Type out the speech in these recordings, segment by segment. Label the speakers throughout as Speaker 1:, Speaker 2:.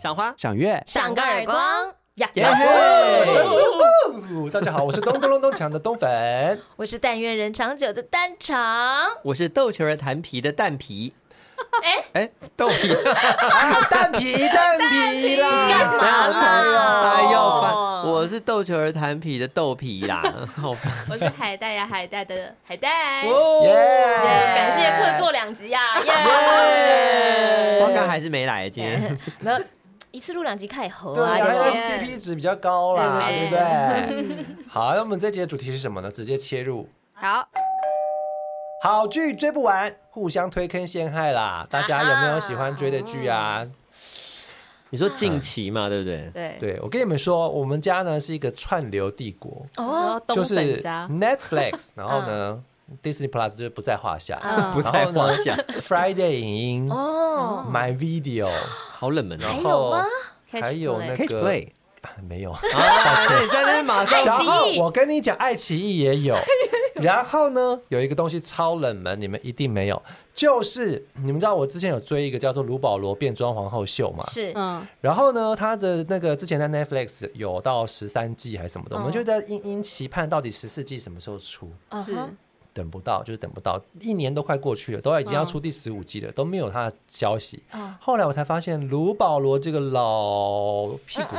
Speaker 1: 赏花。
Speaker 2: 赏月，
Speaker 3: 赏个耳光。
Speaker 1: 呀
Speaker 4: 耶
Speaker 1: 呀
Speaker 4: 嘿！大家好，我是咚咚咚咚锵的东粉。
Speaker 3: 我是但愿人长久的蛋肠，
Speaker 1: 我是豆球儿弹皮的蛋皮。
Speaker 3: 哎
Speaker 1: 哎，豆皮，
Speaker 2: 啊蛋皮蛋皮啦，
Speaker 3: 干嘛啦？
Speaker 1: 哎呦，烦我是豆球儿弹皮的豆皮啦。 好吧，
Speaker 3: 我是海带呀，海带的海
Speaker 5: 哎
Speaker 3: 带。
Speaker 5: 哦
Speaker 4: 耶！
Speaker 3: 感谢客座两集啊呀，耶！
Speaker 1: 光刚还是没来，今天
Speaker 3: 没有一次录两集太猴
Speaker 4: 对
Speaker 3: 啊，
Speaker 4: 啊，因为
Speaker 3: 不
Speaker 4: CP 值比较高啦，
Speaker 3: 对
Speaker 4: 对不
Speaker 3: 不对
Speaker 4: 对？好，那我们这集的主题是什么呢？直接切入。
Speaker 5: 好，
Speaker 4: 好剧追不完，互相推坑陷害啦！大家有没有喜欢追的剧啊？
Speaker 1: 你说近期嘛，对不对？
Speaker 5: 对，
Speaker 4: 对我跟你们说，我们家呢是一个串流帝国，
Speaker 3: 哦，
Speaker 4: 就
Speaker 5: 东
Speaker 4: 是
Speaker 5: 粉沙，
Speaker 4: Netflix，然后呢、Disney Plus 就是不在话下，
Speaker 3: 嗯
Speaker 1: 不在话下
Speaker 4: 然后呢 Friday 影音、
Speaker 3: 哦，
Speaker 4: My Video，
Speaker 1: 好冷门
Speaker 4: 然
Speaker 1: 哦。
Speaker 4: 后
Speaker 3: 还有吗
Speaker 4: 还有那
Speaker 1: Catch
Speaker 4: 个
Speaker 1: play
Speaker 4: 啊没有。
Speaker 1: 啊，那你在那边马上
Speaker 3: 爱
Speaker 4: 然
Speaker 3: 奇艺哎
Speaker 4: 后我跟你讲，爱奇艺也 有。然后呢，有一个东西超冷门，你们一定没有，就是你们知道我之前有追一个叫做《卢保罗变装皇后秀》嘛？
Speaker 3: 是
Speaker 5: 嗯，
Speaker 4: 然后呢，他的那个之前在 Netflix 有到十三季还是什么的，我们
Speaker 3: 嗯
Speaker 4: 就在殷殷期盼到底十四季什么时候出，
Speaker 5: 是
Speaker 4: 等不到就是等不到，一年都快过去了，都已经要出第十五季了，都没有他的消息。后来我才发现，卢保罗这个老屁股、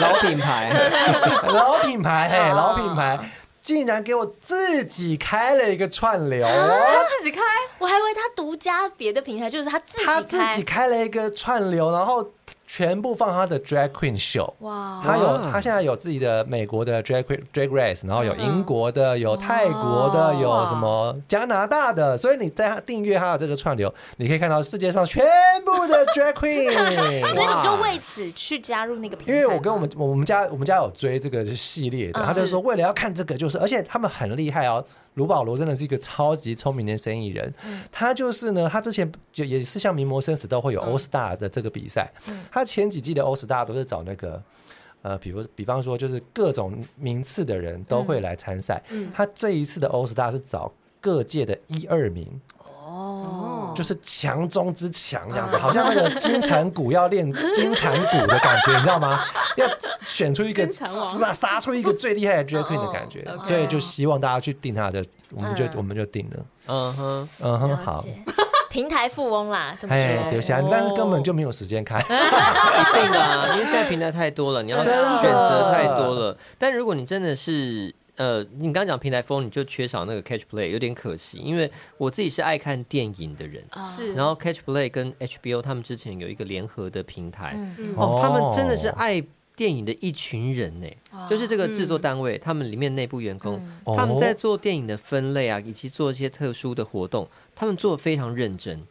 Speaker 1: 老品牌，
Speaker 4: 嗯 老品牌，嘿，
Speaker 3: 哦
Speaker 4: 老品牌。竟然给我自己开了一个串流，哦
Speaker 5: 自己开，
Speaker 3: 我还以为他独家别的平台，就是他自己
Speaker 4: 他自
Speaker 3: 开
Speaker 4: 己开了一个串流，然后全部放他的 drag queen show。
Speaker 3: 哇，
Speaker 4: 他有
Speaker 1: 哇
Speaker 4: 他现在有自己的美国的 drag queen- drag race，然后有英国的，有泰国的，有什么加拿大的，所以你在他订阅他的这个串流，你可以看到世界上全部的 drag queen。
Speaker 3: 所以你就为此去加入那个平台
Speaker 4: 因
Speaker 3: 吗？
Speaker 4: 为我跟我们我们家我们家有追这个系列的，
Speaker 3: 嗯
Speaker 4: 他就说为了要看这个，就是而且他们很厉害哦。卢保罗真的是一个超级聪明的生意人，他就是呢，他之前就也是像名模生死斗会有欧 star 的这个比赛，他前几季的欧 star 都是找那个。呃，比如比方说，就是各种名次的人都
Speaker 5: 嗯
Speaker 4: 会来参赛。他这一次的欧 star 是找各界的一二名，
Speaker 3: 哦，
Speaker 4: 就是强中之强这样子，好像那个金蝉骨要 练金蝉骨的感觉，你知道吗？要选出一个
Speaker 5: 金蝉王
Speaker 4: 杀杀出一个最厉害的 drag queen 的感觉
Speaker 5: 哦，，OK
Speaker 4: 所以就希望大家去定他的，我们就
Speaker 3: 嗯
Speaker 4: 我们就定了，
Speaker 1: 嗯哼，
Speaker 4: 嗯哼，
Speaker 3: 了
Speaker 4: 好，
Speaker 3: 解，平台富翁啦，这么
Speaker 4: 哎，
Speaker 3: 说
Speaker 4: 留下
Speaker 5: 哦，
Speaker 4: 但是根本就没有时间看，
Speaker 1: 一定的啊，因为现在平台太多了，你要
Speaker 4: 真
Speaker 1: 选
Speaker 4: 的
Speaker 1: 择太多了。但如果你真的是呃，你刚刚讲平台风，你就缺少那个 catch play，有点可惜。因为我自己是爱看电影的人，
Speaker 3: 哦
Speaker 5: 是，
Speaker 1: 然后 catch play 跟 HBO 他们之前有一个联合的平台，
Speaker 5: 嗯
Speaker 1: 哦
Speaker 4: 哦，
Speaker 1: 他们真的是爱。电影的一群人呢、就是这个制作单位，他们里面内部员工，
Speaker 4: 嗯
Speaker 1: 他们在
Speaker 4: 哦
Speaker 1: 做电影的分类啊，以及做一些特殊的活动，他们做的非常认真，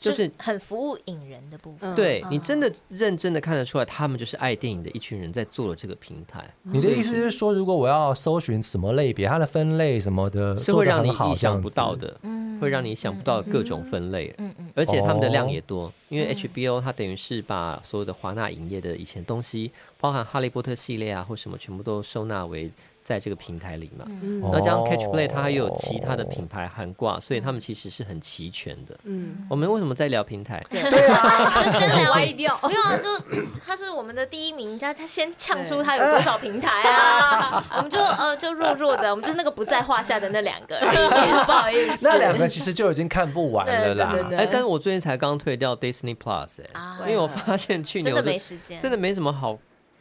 Speaker 1: 就是
Speaker 3: 很服务引人的部分。
Speaker 5: 嗯
Speaker 1: 对你真的认真的看得出来，他们就是爱电影的一群人在做了这个平台。
Speaker 4: 嗯你的意思是说，如果我要搜寻什么类别，它的分类什么的，
Speaker 1: 是会
Speaker 4: 做得
Speaker 1: 让
Speaker 4: 很
Speaker 1: 你
Speaker 4: 好
Speaker 1: 意想不到，
Speaker 4: 这样子
Speaker 1: 的，会让你想不到的各种分类，
Speaker 3: 嗯嗯，
Speaker 1: 而且他们的量也多，因为 HBO 它等于是把所有的华纳影业的以前东西，包含哈利波特系列啊或什么，全部都收纳为在这个平台里嘛。
Speaker 5: 嗯
Speaker 1: 然后加上
Speaker 4: 哦
Speaker 1: Catch Play，它还有其他的品牌含挂，所以他们其实是很齐全的。
Speaker 5: 嗯，
Speaker 1: 我们为什么在聊平台？
Speaker 3: 啊 就先聊
Speaker 5: 歪掉
Speaker 3: 没有啊，就 他是我们的第一名，他他先呛出他有多少平台啊， 我们就呃就弱弱的，我们就是那个不在话下的那两个而已，不好意思，
Speaker 4: 那两个其实就已经看不完了啦
Speaker 5: 对对，对
Speaker 1: 哎，但是我最近才刚退掉 Disney Plus，哎
Speaker 3: 啊，
Speaker 1: 因为我发现去
Speaker 3: 真
Speaker 1: 年
Speaker 3: 的
Speaker 1: 我
Speaker 3: 没时间，
Speaker 1: 真的没什么好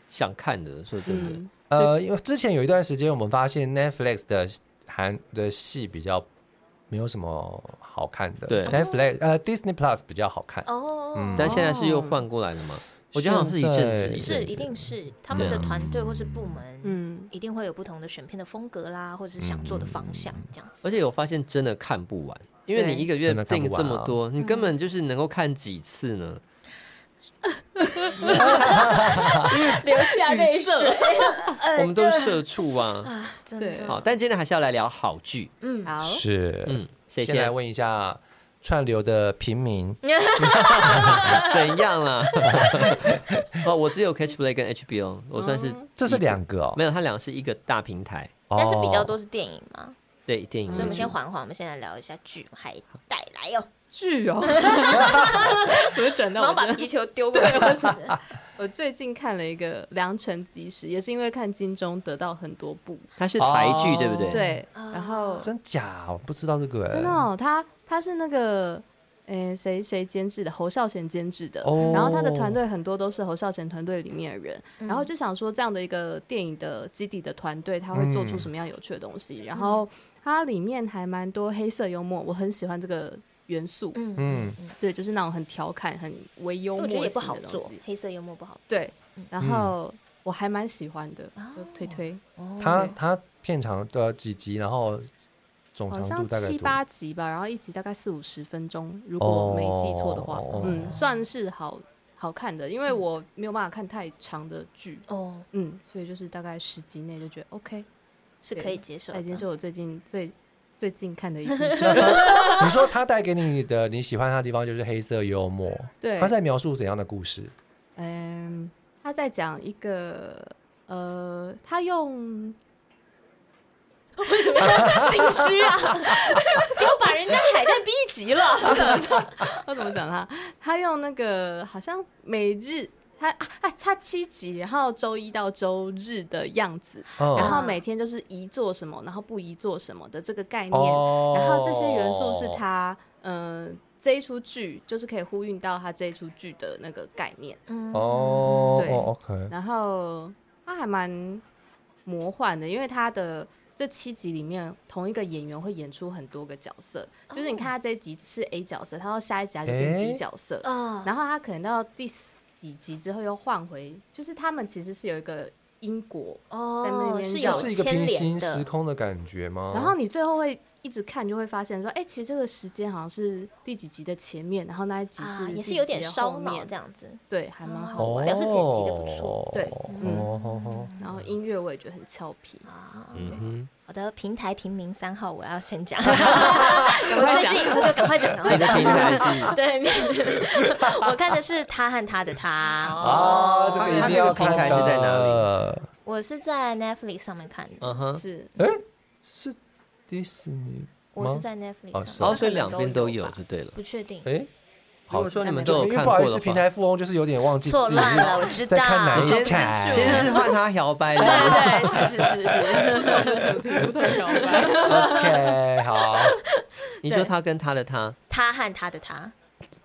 Speaker 1: 想看的，说真的。
Speaker 5: 嗯
Speaker 4: 呃，因为之前有一段时间，我们发现 Netflix 的韩的戏比较没有什么好看的，
Speaker 1: 对
Speaker 4: ，Netflix 呃 Disney Plus 比较好看，
Speaker 3: 哦
Speaker 4: 嗯，
Speaker 1: 但现在是又换过来了吗？我觉得好像是一阵子，一
Speaker 4: 现在
Speaker 3: 是
Speaker 1: 阵
Speaker 3: 一
Speaker 1: 子。
Speaker 3: 定是他们的
Speaker 1: 对啊
Speaker 3: 团队或是部门，
Speaker 5: 嗯，
Speaker 3: 一定会有不同的选片的风格啦，或者是想做的方向
Speaker 1: 嗯
Speaker 3: 这样子。
Speaker 1: 而且我发现真的看不完，因为
Speaker 5: 对
Speaker 1: 你一个月
Speaker 4: 真的看
Speaker 1: 订
Speaker 4: 不
Speaker 1: 这
Speaker 4: 完啊
Speaker 1: 么多，你根本就是能够看几次呢？
Speaker 3: 流下泪水，
Speaker 1: 我们都是社畜啊。
Speaker 3: 真
Speaker 5: 对
Speaker 3: 的，
Speaker 1: 好，但今天还是要来聊好剧。
Speaker 3: 嗯，
Speaker 5: 好，
Speaker 4: 是，
Speaker 1: 嗯，谁
Speaker 4: 先来
Speaker 1: 先
Speaker 4: 问一下串流的平民，
Speaker 1: 怎样啦？ 哦，我只有 Catch Play 跟 HBO，我算是
Speaker 4: 这是两个哦，
Speaker 1: 没有，它俩是一个大平台，
Speaker 3: 但是比较
Speaker 4: 哦
Speaker 3: 多是电影嘛，
Speaker 1: 对电影为主。
Speaker 3: 所以我们先缓缓，我们先来聊一下剧《海带》啦。来哟、
Speaker 5: 剧 哦，怎么转到
Speaker 3: 然后
Speaker 5: 我
Speaker 3: 把
Speaker 5: 这？
Speaker 3: 皮球丢 过来。嗯我是
Speaker 4: 嗯
Speaker 5: 我最近看了一个《良辰吉时》，也是因为看金钟得到很多部，
Speaker 1: 它是台剧，
Speaker 4: 哦
Speaker 1: 对不对？，
Speaker 5: 对，
Speaker 3: 啊
Speaker 5: 然后
Speaker 4: 真假？我不知道这个、欸，
Speaker 5: 真的哦，他他是那个。诶，谁谁监制的？侯孝贤监制的。
Speaker 4: 哦
Speaker 5: 然后他的团队很多都是侯孝贤团队里面的人。
Speaker 3: 嗯
Speaker 5: 然后就想说，这样的一个电影的基底的团队，他会做出什么样有趣的东
Speaker 3: 嗯
Speaker 5: 西？然后它里面还蛮多黑色幽默，我很喜欢这个元素。
Speaker 3: 嗯，
Speaker 4: 嗯，
Speaker 5: 对，就是那种很调侃、很微幽
Speaker 3: 我
Speaker 5: 默
Speaker 3: 觉得也不
Speaker 5: 型
Speaker 3: 好
Speaker 5: 的东
Speaker 3: 做嗯
Speaker 5: 西。，
Speaker 3: 黑色幽默不好
Speaker 5: 对，然后我还蛮喜欢的，
Speaker 3: 哦
Speaker 5: 就推推，
Speaker 4: 他他片长呃几集，然后总
Speaker 5: 好
Speaker 4: 长
Speaker 5: 像
Speaker 4: 度大概多
Speaker 5: 七
Speaker 4: 少
Speaker 5: 八集吧，然后一集大概四五十分钟，如果我没记错的话，
Speaker 4: 哦
Speaker 5: 嗯，算是好好看的，因为我没有办法看太长的剧，
Speaker 3: 哦，
Speaker 5: 嗯，所以就是大概十集内就觉得 OK，
Speaker 3: 是
Speaker 5: 对
Speaker 3: 可以接受
Speaker 5: 那已经是
Speaker 3: 的。
Speaker 5: 我最近最最近看的一部
Speaker 4: 你说他带给你的你喜欢他的地方就是黑色幽默，
Speaker 5: 对
Speaker 4: 他，在描述怎样的故事？
Speaker 5: 嗯，他在讲一个呃，他用
Speaker 3: 为什么要心虚啊？ 给我把人家海带逼急了。
Speaker 5: 我怎么讲他？他用那个好像每日他啊啊他七集，然后周一到周日的样子，然
Speaker 4: 嗯，
Speaker 5: 后每天就是宜做什么，然后不宜做什么的这个概念，
Speaker 4: 哦
Speaker 5: 然后这些元素是他嗯、呃这一出剧就是可以呼应到他这一出剧的那个概念，
Speaker 3: 嗯，
Speaker 4: 哦
Speaker 5: 嗯对
Speaker 4: 哦，OK，
Speaker 5: 然后他还蛮魔幻的，因为他的。这七集里面，同一个演员会演出很多个角色，就是你看他这一集是 A 角色，他到下一集他就变 B
Speaker 4: 哦诶哦
Speaker 5: 角色，
Speaker 3: 啊，
Speaker 5: 然后他可能到第四几集之后又换回，就是他们其实是有一个因果，
Speaker 3: 哦，
Speaker 5: 是
Speaker 3: 是
Speaker 5: 有
Speaker 3: 有
Speaker 4: 是一个
Speaker 3: 牵
Speaker 4: 平
Speaker 3: 连
Speaker 4: 行时
Speaker 3: 的。
Speaker 4: 空的感觉吗？
Speaker 5: 然后你最后会一直看，就会发现说，哎、其实这个时间好像是第几集的前面，然后那一集是、
Speaker 3: 啊，也是有点烧脑这
Speaker 5: 样，
Speaker 3: 样子，
Speaker 5: 对，还蛮好
Speaker 3: 哦
Speaker 5: 玩。
Speaker 3: 表示剪辑得不错
Speaker 5: 对嗯
Speaker 4: 哦哦哦
Speaker 5: 然后音乐我也觉得很俏皮，
Speaker 3: 啊
Speaker 1: 嗯哼。
Speaker 3: 好的，平台平民三号，我要先 讲。我最近以后就赶快讲，赶快
Speaker 1: 你的
Speaker 3: 讲。
Speaker 1: 平台是
Speaker 3: 对，我看的是他和他的他。
Speaker 4: 啊，这
Speaker 1: 他
Speaker 4: 个
Speaker 1: 他
Speaker 4: 一
Speaker 1: 哦这
Speaker 4: 定
Speaker 1: 个
Speaker 4: 要
Speaker 1: 平
Speaker 4: 看
Speaker 1: 台是在哪里
Speaker 4: 的？
Speaker 3: 我是在 Netflix 上面看的，
Speaker 1: 嗯哼，
Speaker 5: 是
Speaker 4: 是迪士尼？
Speaker 3: 我是
Speaker 4: 吗
Speaker 3: 在
Speaker 4: 哦是
Speaker 3: Netflix
Speaker 1: 然后
Speaker 3: 上面，
Speaker 1: 所以两边都有
Speaker 5: 都有吧
Speaker 1: 就对了。
Speaker 3: 不确定。
Speaker 4: 哎，
Speaker 1: 如果说你们
Speaker 5: 那
Speaker 1: 都有
Speaker 4: 因为
Speaker 1: 看
Speaker 4: 不
Speaker 1: 过
Speaker 4: 好
Speaker 1: 的
Speaker 4: 意
Speaker 1: 话，
Speaker 4: 思，平台富翁就是有点忘记
Speaker 3: 错
Speaker 4: 自己
Speaker 3: 乱了，我
Speaker 4: 是
Speaker 3: 知道
Speaker 4: 在。看哪
Speaker 1: 今
Speaker 4: 一
Speaker 1: 天
Speaker 4: 台。
Speaker 1: 今天是换他摇摆的，
Speaker 3: 对对，是是是是。
Speaker 5: 不太摇摆。
Speaker 4: OK，好，
Speaker 1: 你说他跟他的他，
Speaker 3: 他和他的他，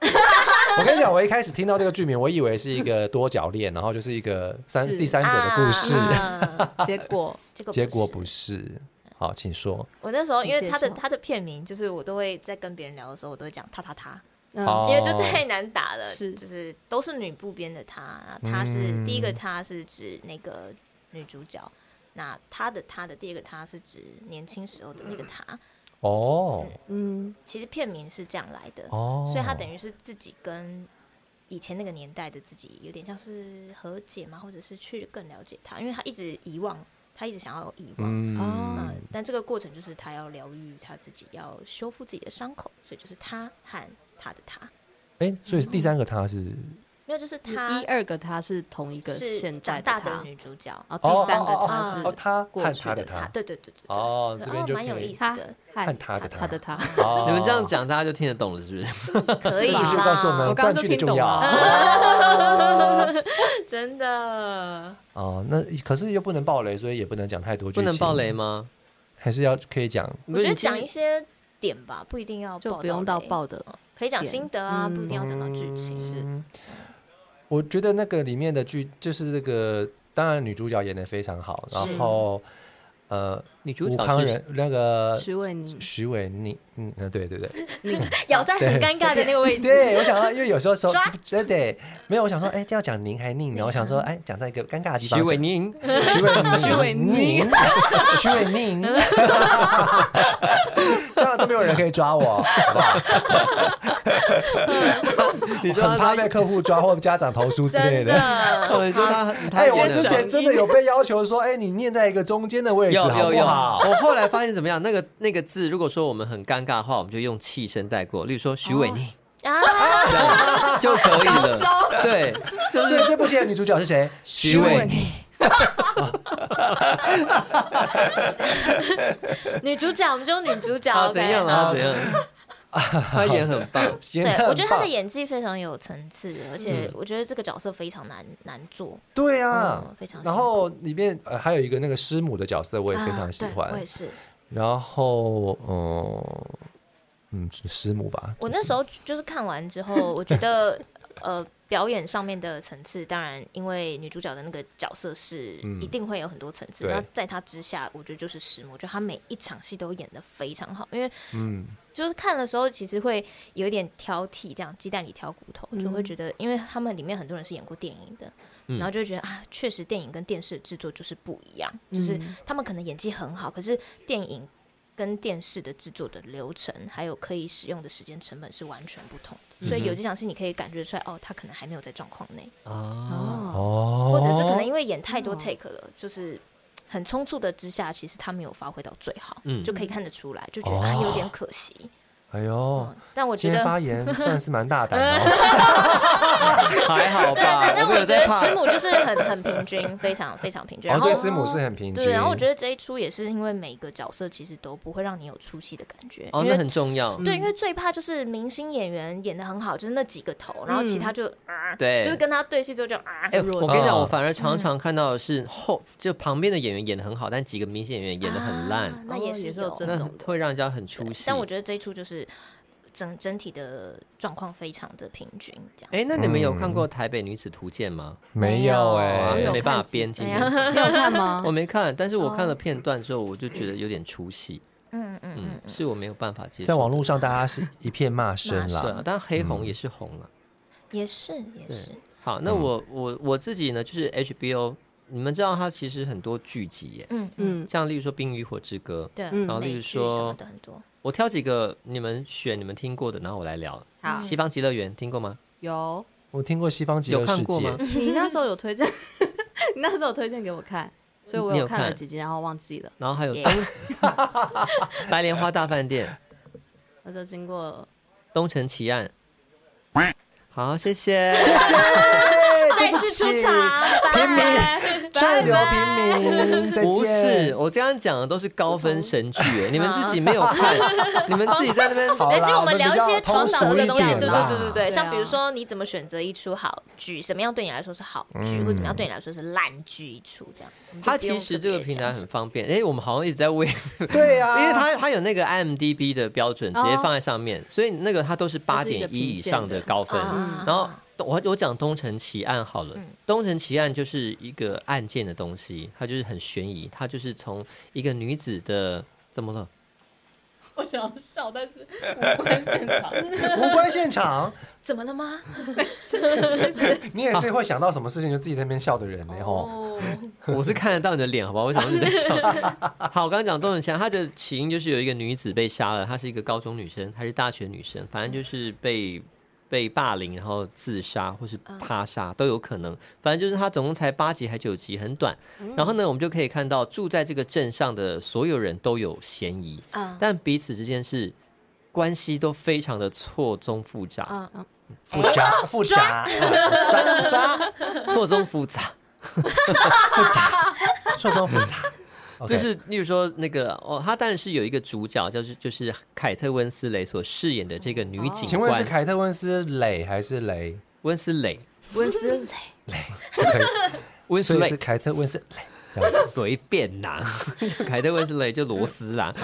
Speaker 4: 我跟你讲，我一开始听到这个剧名，我以为是一个多角恋，然后就是一个三
Speaker 5: 是
Speaker 4: 第三者的故事，
Speaker 3: 啊啊
Speaker 5: 结果
Speaker 3: 结果
Speaker 4: 结果不
Speaker 3: 是。
Speaker 4: 是。好，请说。
Speaker 3: 我那时候因为
Speaker 5: 请介
Speaker 3: 他的
Speaker 5: 绍
Speaker 3: 他的片名，就是我都会在跟别人聊的时候，我都会讲他他他，
Speaker 5: 嗯
Speaker 4: 哦
Speaker 3: 因为就太难打了，
Speaker 5: 是
Speaker 3: 就是都是女部编的他，啊他是、
Speaker 4: 嗯
Speaker 3: 第一个他是指那个女主角，那他的他的第二个他是指年轻时候的那个他，
Speaker 4: 哦
Speaker 5: 嗯，
Speaker 3: 其实片名是这样来的，
Speaker 4: 哦，
Speaker 3: 所以他等于是自己跟以前那个年代的自己有点像是和解嘛，或者是去更了解他，因为他一直遗忘，他一直想要遗忘。
Speaker 4: 嗯
Speaker 5: 哦
Speaker 3: 呃，但这个过程就是他要疗愈他自己，要修复自己的伤口，所以就是他和他的他，
Speaker 4: 哎，所以第三个他是
Speaker 3: 没有就是他
Speaker 5: 一二个他是同一个
Speaker 3: 是
Speaker 5: 现
Speaker 3: 长
Speaker 5: 在
Speaker 3: 大
Speaker 5: 他
Speaker 3: 的，女主角，啊
Speaker 5: 然后第三个
Speaker 4: 哦
Speaker 5: 他
Speaker 3: 哦
Speaker 5: 是
Speaker 4: 哦，他
Speaker 5: 过
Speaker 4: 和
Speaker 5: 去
Speaker 4: 他的
Speaker 5: 的
Speaker 4: 他，
Speaker 3: 对对对对对，
Speaker 4: 哦， 这边
Speaker 3: 哦，
Speaker 4: 就可
Speaker 3: 蛮
Speaker 4: 以
Speaker 3: 有意思
Speaker 5: 他
Speaker 3: 的，
Speaker 5: 和
Speaker 4: 看他的
Speaker 5: 他的他。
Speaker 4: 哦
Speaker 1: 你们这样，讲，大家就听得懂了，是不是？
Speaker 3: 可以啊
Speaker 4: 这就是
Speaker 3: 啦
Speaker 4: 告诉我们
Speaker 5: 我刚
Speaker 4: 断
Speaker 5: 刚
Speaker 4: 句
Speaker 5: 就
Speaker 4: 的
Speaker 5: 听
Speaker 4: 重
Speaker 5: 懂
Speaker 4: 要。哦
Speaker 5: 了。
Speaker 3: 真的，
Speaker 4: 哦，那可是又不能爆雷，所以也不能讲太多剧
Speaker 1: 不
Speaker 4: 情。
Speaker 1: 能爆雷，吗？
Speaker 4: 还是要可以讲。
Speaker 3: 我觉得讲
Speaker 1: 你
Speaker 3: 一
Speaker 1: 今
Speaker 3: 些点吧，不一定要
Speaker 5: 就
Speaker 3: 爆
Speaker 5: 不用到
Speaker 3: 雷，
Speaker 5: 爆的，
Speaker 3: 可以讲
Speaker 5: 点
Speaker 3: 心得啊，
Speaker 5: 嗯
Speaker 3: 不一定要讲到剧情，是
Speaker 4: 我觉得那个里面的剧，就是这个，当然女主角演的非常好，
Speaker 3: 是
Speaker 4: 然后呃，
Speaker 1: 女主
Speaker 4: 吴
Speaker 1: 角
Speaker 4: 康
Speaker 1: 是
Speaker 4: 仁那个
Speaker 5: 徐伟宁
Speaker 4: 徐伟宁，嗯，呃对对对，
Speaker 3: 咬在很尴尬的那个位置，
Speaker 4: 对，我想到，因为有时候说
Speaker 3: 抓，
Speaker 4: 对对，没有，我想说，哎，要讲宁还宁，然后我想说，哎，讲在一个尴尬的地方，
Speaker 1: 徐伟宁，
Speaker 4: 徐伟 宁，
Speaker 5: 徐伟宁，
Speaker 4: 徐伟宁，这样都没有人可以抓我，好不好？
Speaker 1: 你说
Speaker 4: 很怕
Speaker 1: 他
Speaker 4: 被客户抓或家长投诉之类
Speaker 3: 真
Speaker 4: 的。
Speaker 3: 的。
Speaker 1: 哦，你说他，他
Speaker 4: 哎，我
Speaker 1: 演得
Speaker 4: 之前真的有被要求说，哎，你念在一个中间的位置，
Speaker 1: 有
Speaker 4: 好
Speaker 1: 有
Speaker 4: 不
Speaker 1: 有，
Speaker 4: 好？
Speaker 1: 我后来发现怎么样？那个那个字，如果说我们很尴尬的话，我们就用气声带过，例如说徐伟宁
Speaker 3: 啊，
Speaker 1: 这样就可以了。对，就
Speaker 4: 所以
Speaker 1: 是
Speaker 4: 这部戏的女主角是谁？
Speaker 1: 徐伟宁。
Speaker 3: 女主角我们就女主角
Speaker 1: 啊，
Speaker 3: ，OK，
Speaker 1: 怎样啊
Speaker 3: 好
Speaker 1: 啊？怎样？他演很棒，
Speaker 4: 演
Speaker 3: 对
Speaker 4: 得很
Speaker 3: 我觉得他的
Speaker 4: 棒
Speaker 3: 演技非常有层次，而且我觉得这个角色非常难难做，
Speaker 4: 对啊，
Speaker 3: 嗯非常
Speaker 4: 然后里面、呃、还有一个那个师母的角色，我也非常喜
Speaker 3: 啊对
Speaker 4: 欢。
Speaker 3: 我也是，
Speaker 4: 然后，嗯嗯，师母吧，
Speaker 3: 我那时候就是看完之后，我觉得 呃，表演上面的层次，当然因为女主角的那个角色是
Speaker 4: 嗯
Speaker 3: 一定会有很多层次，
Speaker 4: 对
Speaker 3: 那、在她之下，我觉得就是石魔，我觉得她每一场戏都演得非常好，因为
Speaker 4: 嗯，
Speaker 3: 就是看的时候其实会有一点挑剔，这样鸡蛋里挑骨头，就
Speaker 4: 嗯
Speaker 3: 会觉得，因为他们里面很多人是演过电影的，
Speaker 1: 嗯
Speaker 3: 然后就会觉得啊，确实电影跟电视制作就是不一样，就是
Speaker 5: 嗯
Speaker 3: 他们可能演技很好，可是电影。跟电视的制作的流程，还有可以使用的时间成本是完全不同的，
Speaker 4: 嗯
Speaker 3: 所以有几场戏你可以感觉出来，哦，他可能还没有在状况内，
Speaker 1: 啊，
Speaker 5: 哦，
Speaker 4: 哦，
Speaker 3: 或者是可能因为演太多
Speaker 5: 哦
Speaker 3: take 了，就是很匆促的之下，其实他没有发挥到最好，
Speaker 1: 嗯
Speaker 3: 就可以看得出来，就觉得啊
Speaker 4: 哦
Speaker 3: 有点可惜。
Speaker 4: 哎呦
Speaker 3: 嗯，但我觉
Speaker 4: 今
Speaker 3: 得
Speaker 4: 天发言算是蛮大胆的、 哦，
Speaker 1: 还好吧，
Speaker 3: 但
Speaker 1: 没
Speaker 3: 我
Speaker 1: 有
Speaker 3: 觉得
Speaker 1: 在怕
Speaker 3: 师。母就是很很平均，非常非常平均。
Speaker 4: 哦
Speaker 3: 然后
Speaker 4: 所以师母是很平均。
Speaker 3: 对，然后我觉得这一出也是因为每一个角色其实都不会让你有出戏的感觉，
Speaker 1: 哦，
Speaker 3: 因
Speaker 1: 那
Speaker 3: 为嗯
Speaker 1: 很重要，
Speaker 3: 对，因为最怕就是明星演员演的很好，就是那几个头，然后其他就啊，
Speaker 1: 嗯对
Speaker 3: 就是跟他对戏之后就啊，
Speaker 1: 哎、
Speaker 5: 弱
Speaker 1: 我跟你讲，
Speaker 4: 嗯
Speaker 1: 我反而常常看到的是后，就旁边的演员演的很好，但几个明星演员演的很烂，
Speaker 3: 啊那
Speaker 5: 哦
Speaker 3: 也
Speaker 5: 也
Speaker 3: 是
Speaker 5: 是有这
Speaker 1: 那
Speaker 5: 种的
Speaker 1: 会让人家很出戏。
Speaker 3: 但我觉得这一出就是整整体的状况非常的平均，这样。
Speaker 1: 哎、那你们有看
Speaker 4: 嗯
Speaker 1: 过《台北女子图鉴》吗？
Speaker 4: 没有
Speaker 1: 哇
Speaker 4: 哎、
Speaker 5: 有
Speaker 1: 没办
Speaker 5: 看
Speaker 1: 法
Speaker 5: 几
Speaker 1: 编
Speaker 5: 集
Speaker 1: 辑，
Speaker 5: 你有看
Speaker 3: 啊
Speaker 5: 吗
Speaker 1: 我？没看，但是我看了片段之后，我就觉得有点出戏，
Speaker 3: 嗯嗯
Speaker 1: 嗯
Speaker 3: 嗯，，
Speaker 1: 是我没有办法接受。
Speaker 4: 在网络上大家是一片骂声
Speaker 1: 对
Speaker 4: 啦
Speaker 1: 啊，。但黑红也是红啊。
Speaker 3: 也是也是，
Speaker 1: 好，那
Speaker 4: 嗯
Speaker 1: 我我我自己呢，就是 HBO，你们知道它其实很多剧集耶，
Speaker 3: 嗯嗯，
Speaker 5: 嗯，
Speaker 1: 像例如说《冰与火之歌》，
Speaker 3: 对，
Speaker 5: 嗯然
Speaker 1: 后
Speaker 3: 美
Speaker 1: 例如
Speaker 3: 剧什么
Speaker 1: 说
Speaker 3: 的很多，
Speaker 1: 我挑几个你们选你们听过的，然后我来聊。
Speaker 5: 好
Speaker 3: 嗯
Speaker 1: 西方极乐园听过吗？
Speaker 5: 有。
Speaker 4: 我听过《西方极乐
Speaker 1: 有看
Speaker 4: 世界
Speaker 1: 过吗》，
Speaker 5: 你那时候有推荐， 你那时候有推荐给我看，所以我
Speaker 1: 你
Speaker 5: 有
Speaker 1: 有
Speaker 5: 看了
Speaker 1: 看
Speaker 5: 几集，然后忘记了，
Speaker 1: 然后还有
Speaker 3: Yeah
Speaker 1: 东 白莲花大饭店、
Speaker 5: 我就经过
Speaker 1: 东城奇案。好，谢谢。
Speaker 3: 再
Speaker 2: 再
Speaker 3: 次出场，
Speaker 2: 平民
Speaker 3: 拜。
Speaker 2: 上流平民，再见。
Speaker 1: 不是，我这样讲的都是高分神剧，哎你们自己没有 看，你们自己在那边。
Speaker 4: 好
Speaker 3: 而
Speaker 4: 啦
Speaker 3: 且哎我们聊一些头
Speaker 4: 通
Speaker 3: 脑
Speaker 4: 俗
Speaker 3: 的
Speaker 4: 一
Speaker 3: 东西，对
Speaker 4: 点
Speaker 3: 对
Speaker 4: 啦。
Speaker 3: 对对对，
Speaker 5: 啊
Speaker 3: 像比如说你怎么选择一出好剧，什么样对你来说是好剧，或者怎么样对你来说是烂剧一出，这样。我们就
Speaker 1: 它
Speaker 3: 不用
Speaker 1: 其实
Speaker 3: 特别
Speaker 1: 这个平台
Speaker 3: 讲
Speaker 1: 很方便，哎，我们好像一直在 为，
Speaker 2: 对
Speaker 1: 因
Speaker 2: 啊，
Speaker 1: 为它它有那个 IMDB 的标准，直接放在上面，所以那个它都是八
Speaker 5: 哦是一个
Speaker 1: 点一以
Speaker 5: 评鉴
Speaker 1: 上的
Speaker 5: 的
Speaker 1: 高分。
Speaker 3: 啊
Speaker 1: 然后我我讲《东城奇案》好了，东城奇案》就是一个案件的东西，它就是很悬疑，它就是从一个女子的怎么了？
Speaker 5: 我想要笑，但是无关现场，
Speaker 4: 无关现场，
Speaker 3: 怎么了 吗？
Speaker 4: 你也是会想到什么事情就自己在那边笑的人呢？吼，
Speaker 5: 哦，
Speaker 1: 我是看得到你的脸，好不好？我想说你在笑。 好，我刚刚讲东城奇案，它的起因就是有一个女子被杀了，她是一个高中女生，她是大学女生，反正就是被。被霸凌，然后自杀或是他杀都有可能，反正就是它总共才八集还九集，很短。然后呢，我们就可以看到住在这个镇上的所有人都有嫌疑，
Speaker 3: 啊，
Speaker 1: 但彼此之间是关系都非常的错综复杂，
Speaker 5: 嗯嗯，
Speaker 4: 复杂复杂，
Speaker 1: 抓抓错综复杂，
Speaker 4: 错综复 杂，
Speaker 1: 就
Speaker 4: OK
Speaker 1: 是例如说那个哦，他当然是有一个主角，就是就是凯特温斯雷所饰演的这个女警官，
Speaker 4: 哦请问是凯特温斯雷还是雷？
Speaker 1: 温斯雷，
Speaker 5: 温斯雷，
Speaker 4: 就可以
Speaker 1: 温斯
Speaker 4: 所以是
Speaker 1: 雷。
Speaker 4: 凯特温斯雷这样子。
Speaker 1: 随便啦， 就凯特温斯雷就罗斯啦。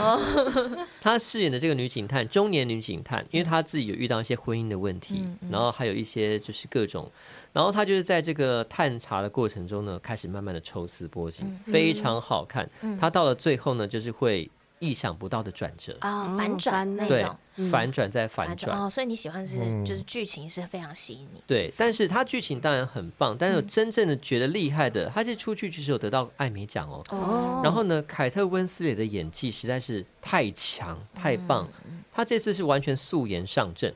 Speaker 1: 她饰演的这个女警探，中年女警探，因为她自己有遇到一些婚姻的问题，然后还有一些就是各种，然后她就是在这个探查的过程中呢，开始慢慢的抽丝剥茧，非常好看。她到了最后呢，就是会意想不到的转折，
Speaker 3: 啊，
Speaker 5: 哦
Speaker 3: 反转
Speaker 5: 翻
Speaker 3: 那
Speaker 5: 那
Speaker 1: 对
Speaker 3: 种。，
Speaker 1: 反转再反转。
Speaker 3: 哦，所以你喜欢是就是剧情是非常吸引你，
Speaker 1: 对，但是它剧情当然很棒，但是
Speaker 5: 嗯
Speaker 1: 有真正的觉得厉害的，它是出去其实有得到艾美奖哦。
Speaker 5: 哦
Speaker 1: 然后呢，凯特温斯雷的演技实在是太强
Speaker 5: 嗯
Speaker 1: 太棒，她这次是完全素颜上阵，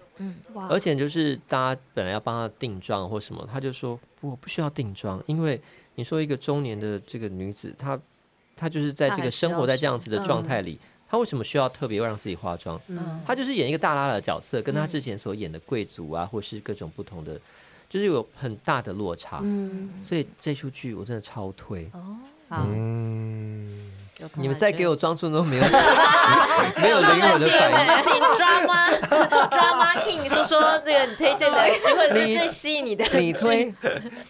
Speaker 5: 哇
Speaker 1: 而且就是大家本来要帮她定妆或什么，她就说不我不需要定妆，因为你说一个中年的这个女子，她她就是在这
Speaker 5: 她
Speaker 1: 个
Speaker 5: 还需要嗯
Speaker 1: 生活在这样子的状态里，她为什么需要特别让自己化妆？
Speaker 3: 嗯
Speaker 1: 她就是演一个大拉拉的角色，跟她之前所演的贵族啊，或是各种不同的，就是有很大的落差。
Speaker 5: 嗯，
Speaker 1: 所以这出剧我真的超推，
Speaker 3: 哦
Speaker 5: 好，
Speaker 4: 嗯，
Speaker 5: 有空
Speaker 1: 你们
Speaker 5: 来
Speaker 1: 再
Speaker 5: 追
Speaker 1: 给我装出那种没有没有灵魂的
Speaker 3: 我
Speaker 1: 反应。
Speaker 3: 们请抓吗？说这个你推荐的聚会是最吸引你的，
Speaker 1: 你推，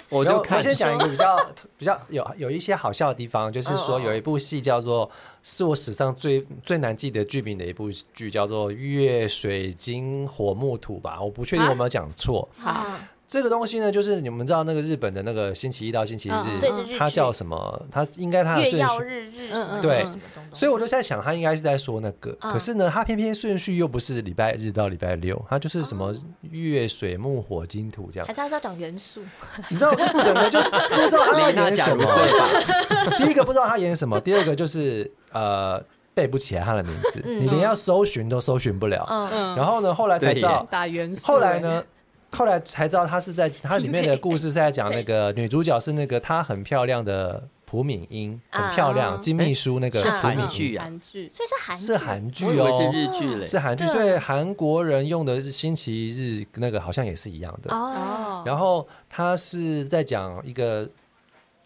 Speaker 1: 我
Speaker 4: 没有
Speaker 1: 就看
Speaker 4: 我。先讲一个比较比较有有一些好笑的地方，就是说
Speaker 3: 嗯嗯
Speaker 4: 有一部戏叫做是我史上最最难记得剧名的一部剧，叫做《月水晶火木土》吧，我不确定
Speaker 5: 啊
Speaker 4: 我有没有讲错。
Speaker 5: 好，
Speaker 3: 嗯
Speaker 4: 这个东西呢，就是你们知道那个日本的那个星期一到星期日，
Speaker 5: 嗯
Speaker 3: 所以是日剧
Speaker 4: 它叫什么？它应该它的
Speaker 3: 月
Speaker 4: 顺
Speaker 3: 曜
Speaker 4: 序。
Speaker 3: 日日
Speaker 5: 嗯
Speaker 3: 什么
Speaker 5: 嗯
Speaker 4: 对
Speaker 3: 什么东东，
Speaker 4: 所以我就在想，他应该是在说那个，
Speaker 3: 嗯
Speaker 4: 可是呢，他偏偏顺序又不是礼拜日到礼拜六，他就是什么月水木火金土这样
Speaker 3: 还，是还是要讲元素，
Speaker 4: 你知道整个就不知道他 要
Speaker 1: 丽娜
Speaker 4: 演
Speaker 1: 假
Speaker 4: 什
Speaker 1: 如
Speaker 4: 么。
Speaker 1: 睡吧，
Speaker 4: 第一个不知道他演什么，第二个就是呃背不起来他的名字，
Speaker 1: 嗯
Speaker 4: 你连要搜寻都搜寻不了。
Speaker 3: 嗯，
Speaker 5: 嗯，
Speaker 4: 然后呢，后来才知道，
Speaker 5: 打元素，
Speaker 4: 后来？呢，后来才知道他是在他里面的故事是在讲 那个女主角是那个她很漂亮的朴敏英，很漂亮，金秘书那个
Speaker 1: 啊是
Speaker 4: 朴
Speaker 1: 韩
Speaker 4: 敏英
Speaker 1: 剧啊，
Speaker 5: 韩剧，
Speaker 3: 所以是韩
Speaker 4: 是
Speaker 3: 剧
Speaker 4: 韩剧
Speaker 1: 我以
Speaker 4: 哦
Speaker 1: 为是。日剧嘞。
Speaker 4: 是韩剧，
Speaker 3: 对
Speaker 4: 所以韩国人用的是星期日那个好像也是一样的。
Speaker 3: 哦，
Speaker 5: 哦，
Speaker 4: 然后他是在讲一个